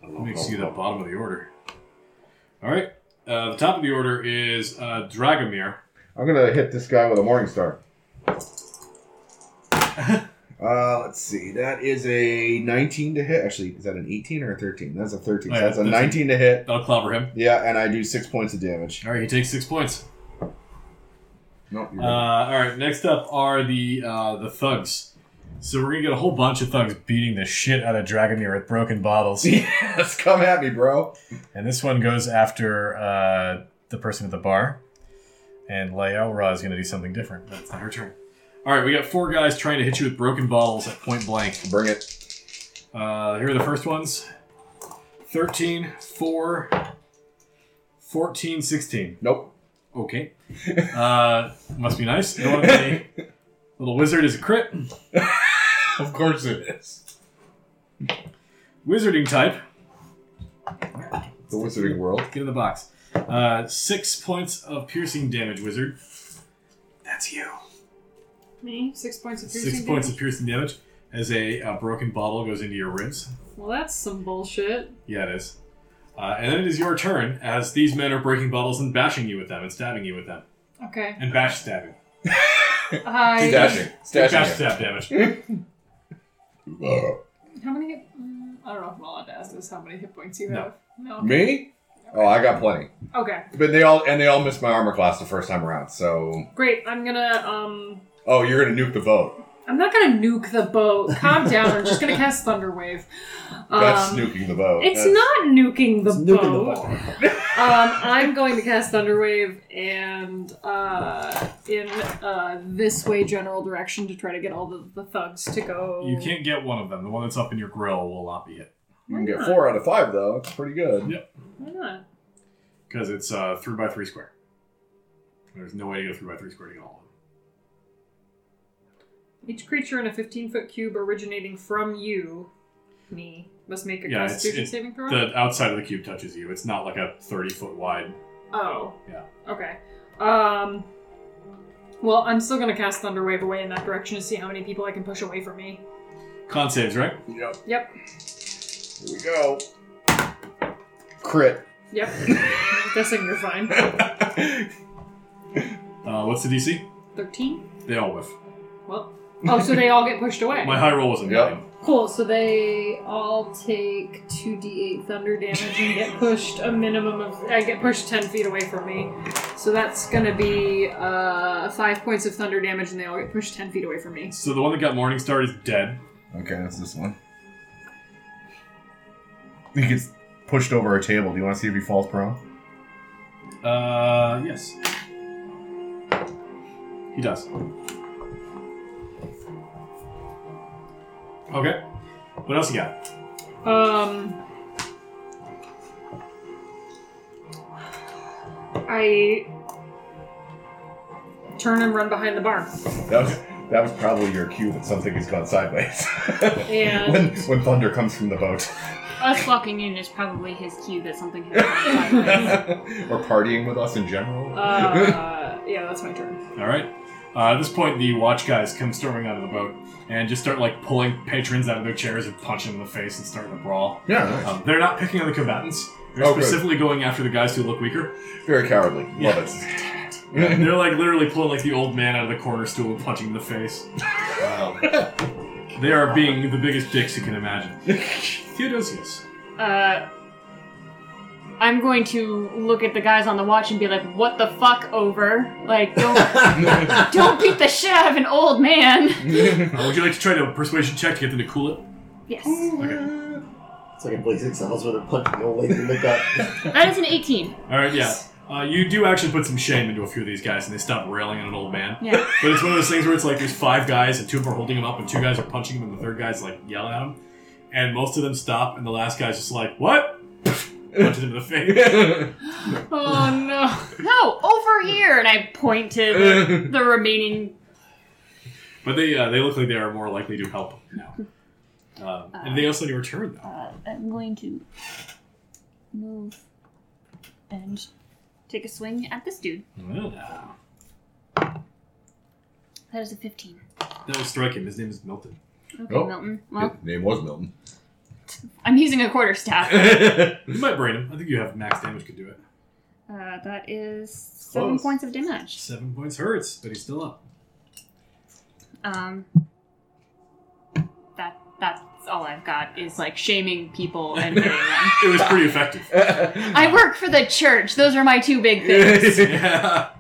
Speaker 2: I don't know
Speaker 1: Makes
Speaker 2: if
Speaker 1: you the
Speaker 2: I'll-
Speaker 1: bottom of the order. All right. Uh, the top of the order is uh, Dragomir.
Speaker 4: I'm gonna hit this guy with a morning star. Uh, let's see. That is a 19 to hit. Actually, is that an 18 or a 13? That's a
Speaker 1: Oh,
Speaker 4: 13.
Speaker 1: yeah,
Speaker 4: that's a
Speaker 1: that's a-
Speaker 4: 19 to hit.
Speaker 1: That'll clobber him.
Speaker 4: Yeah, and I do six points of damage.
Speaker 1: All right. He takes six points.
Speaker 4: Nope.
Speaker 1: Uh, all right. Next up are the uh, the thugs. So we're gonna get a whole bunch of thugs beating the shit out of Dragomir with broken bottles,
Speaker 4: yes, come at me, bro.
Speaker 1: and this one goes after uh, the person at the bar. And Lael Ra is gonna do something different. That's not her turn. All right. We got four guys trying to hit you with broken bottles at point blank.
Speaker 4: Bring it.
Speaker 1: Uh, here are the first ones 13, 4, 14, 16.
Speaker 4: Nope.
Speaker 1: Okay. Uh, must be nice. The one with the little wizard is a crit.
Speaker 4: Of course it is.
Speaker 1: Wizarding type.
Speaker 4: The Wizarding World.
Speaker 1: Get in the box. Uh, six points of piercing damage, wizard. That's you.
Speaker 3: Me? Six points of piercing
Speaker 1: Six points
Speaker 3: damage?
Speaker 1: of piercing damage as a, uh broken bottle goes into your ribs.
Speaker 3: Well, that's some bullshit.
Speaker 1: Yeah, it is. Uh, and then it is your turn as these men are breaking bottles and bashing you with them and stabbing you with them.
Speaker 3: Okay.
Speaker 1: And bash stabbing.
Speaker 3: I.
Speaker 4: Dashing.
Speaker 1: Bash
Speaker 4: Dashing.
Speaker 1: stab damage.
Speaker 3: How many? Hit, mm, I don't know if I'm allowed to ask this. How many hit points you
Speaker 1: No.
Speaker 3: have? No.
Speaker 4: Uh, Me? Oh, I got plenty.
Speaker 3: Okay.
Speaker 4: But they all and they all missed my armor class the first time around. So,
Speaker 3: Great. I'm gonna. Um.
Speaker 4: oh, you're gonna nuke the vote.
Speaker 3: I'm not gonna nuke the boat. Calm down. I'm just gonna cast Thunder Wave. Um,
Speaker 4: That's nuking the vote.
Speaker 3: It's
Speaker 4: That's-
Speaker 3: not nuking the
Speaker 2: It's
Speaker 3: boat.
Speaker 2: nuking the ball.
Speaker 3: Um, I'm going to cast Thunderwave and uh, in uh, this way general direction to try to get all the, the thugs to go.
Speaker 1: You can't get one of them. The one that's up in your grill will not be hit
Speaker 4: You can get four out of five though. It's pretty good.
Speaker 3: Why not?
Speaker 1: because it's uh, three by three square. There's no way to get a three by three square to get all of
Speaker 3: Each creature in a 15 foot cube originating from you, me, must make a
Speaker 1: Yeah, it's-
Speaker 3: Constitution
Speaker 1: it's
Speaker 3: saving throw.
Speaker 1: them. The outside of the cube touches you. It's not like a thirty foot wide.
Speaker 3: Oh.
Speaker 1: Yeah.
Speaker 3: Okay. Um. Well, I'm still gonna cast Thunderwave away in that direction to see how many people I can push away from me.
Speaker 1: Con saves, right?
Speaker 4: Yep.
Speaker 3: Yep.
Speaker 4: Here we go. Crit.
Speaker 3: Yep. I'm guessing you're fine.
Speaker 1: Uh, what's the DC?
Speaker 3: 13.
Speaker 1: They all whiff.
Speaker 3: Well. Oh, so they all get pushed away.
Speaker 1: My high roll was a
Speaker 4: Yep.
Speaker 1: nine.
Speaker 3: Cool. So they all take two d8 thunder damage and get pushed a minimum of. I get pushed ten feet away from me. So that's gonna be uh, five points of thunder damage, and they all get pushed ten feet away from me.
Speaker 1: So the one that got Morning Star is dead.
Speaker 4: Okay, that's this one. He gets pushed over a table. Do you want to see if he falls prone?
Speaker 1: Uh, yes. He does. Okay. What else you got?
Speaker 3: Um. I turn and run behind the bar,
Speaker 4: That was that was probably your cue that something has gone sideways.
Speaker 3: and
Speaker 4: when when thunder comes from the boat,
Speaker 5: Us walking in is probably his cue that something has
Speaker 4: or
Speaker 5: gone sideways.
Speaker 4: partying with us in general.
Speaker 3: uh, yeah, that's my turn.
Speaker 1: All right. Uh, at this point, the watch guys come storming out of the boat and just start like pulling patrons out of their chairs and punching them in the face and starting a brawl.
Speaker 4: yeah, nice.
Speaker 1: Um, they're not picking on the combatants. They're
Speaker 4: Oh, good.
Speaker 1: specifically going after the guys who look weaker.
Speaker 4: very cowardly.
Speaker 1: Yeah.
Speaker 4: Love
Speaker 1: And
Speaker 4: it.
Speaker 1: they're like literally pulling like the old man out of the corner stool and punching him in the face. Um, they are being the biggest dicks you can imagine. Theodosius.
Speaker 5: uh, I'm going to look at the guys on the watch and be like, "What the fuck, over? Like, don't don't beat the shit out of an old man."
Speaker 1: Uh, would you like to try to persuasion check to get them to cool it?
Speaker 5: Yes,
Speaker 2: It's like in Blazing Saddles where they're punching the old lady in the gut.
Speaker 5: that is an 18.
Speaker 1: All right, yeah. Uh, you do actually put some shame into a few of these guys, and they stop railing at an old man.
Speaker 5: Yeah.
Speaker 1: But it's one of those things where it's like there's five guys, and two of them are holding him up, and two guys are punching him, and the third guy's like yelling at him. And most of them stop, and the last guy's just like, "What?" Punches him in the face.
Speaker 3: Oh
Speaker 5: No, over here, and I point to the, the remaining.
Speaker 1: But they uh, they look like they are more likely to help now. Um, anything else on your turn, though?
Speaker 5: Uh, I'm going to move and take a swing at this dude.
Speaker 1: Yeah.
Speaker 5: That is a 15.
Speaker 1: That will strike him. His name is Milton.
Speaker 5: Okay,
Speaker 4: Oh.
Speaker 5: Milton. Well,
Speaker 4: His name was Milton.
Speaker 5: I'm using a quarter staff. Uh,
Speaker 1: You might brain him. I think you have max damage. Could do it.
Speaker 5: Uh, that is seven
Speaker 2: Close.
Speaker 5: points of damage.
Speaker 1: Seven points hurts, but he's still up.
Speaker 5: Um, that that's all I've got is like shaming people and hitting them.
Speaker 1: It was pretty effective.
Speaker 5: I work for the church. Those are my two big things.
Speaker 1: yeah.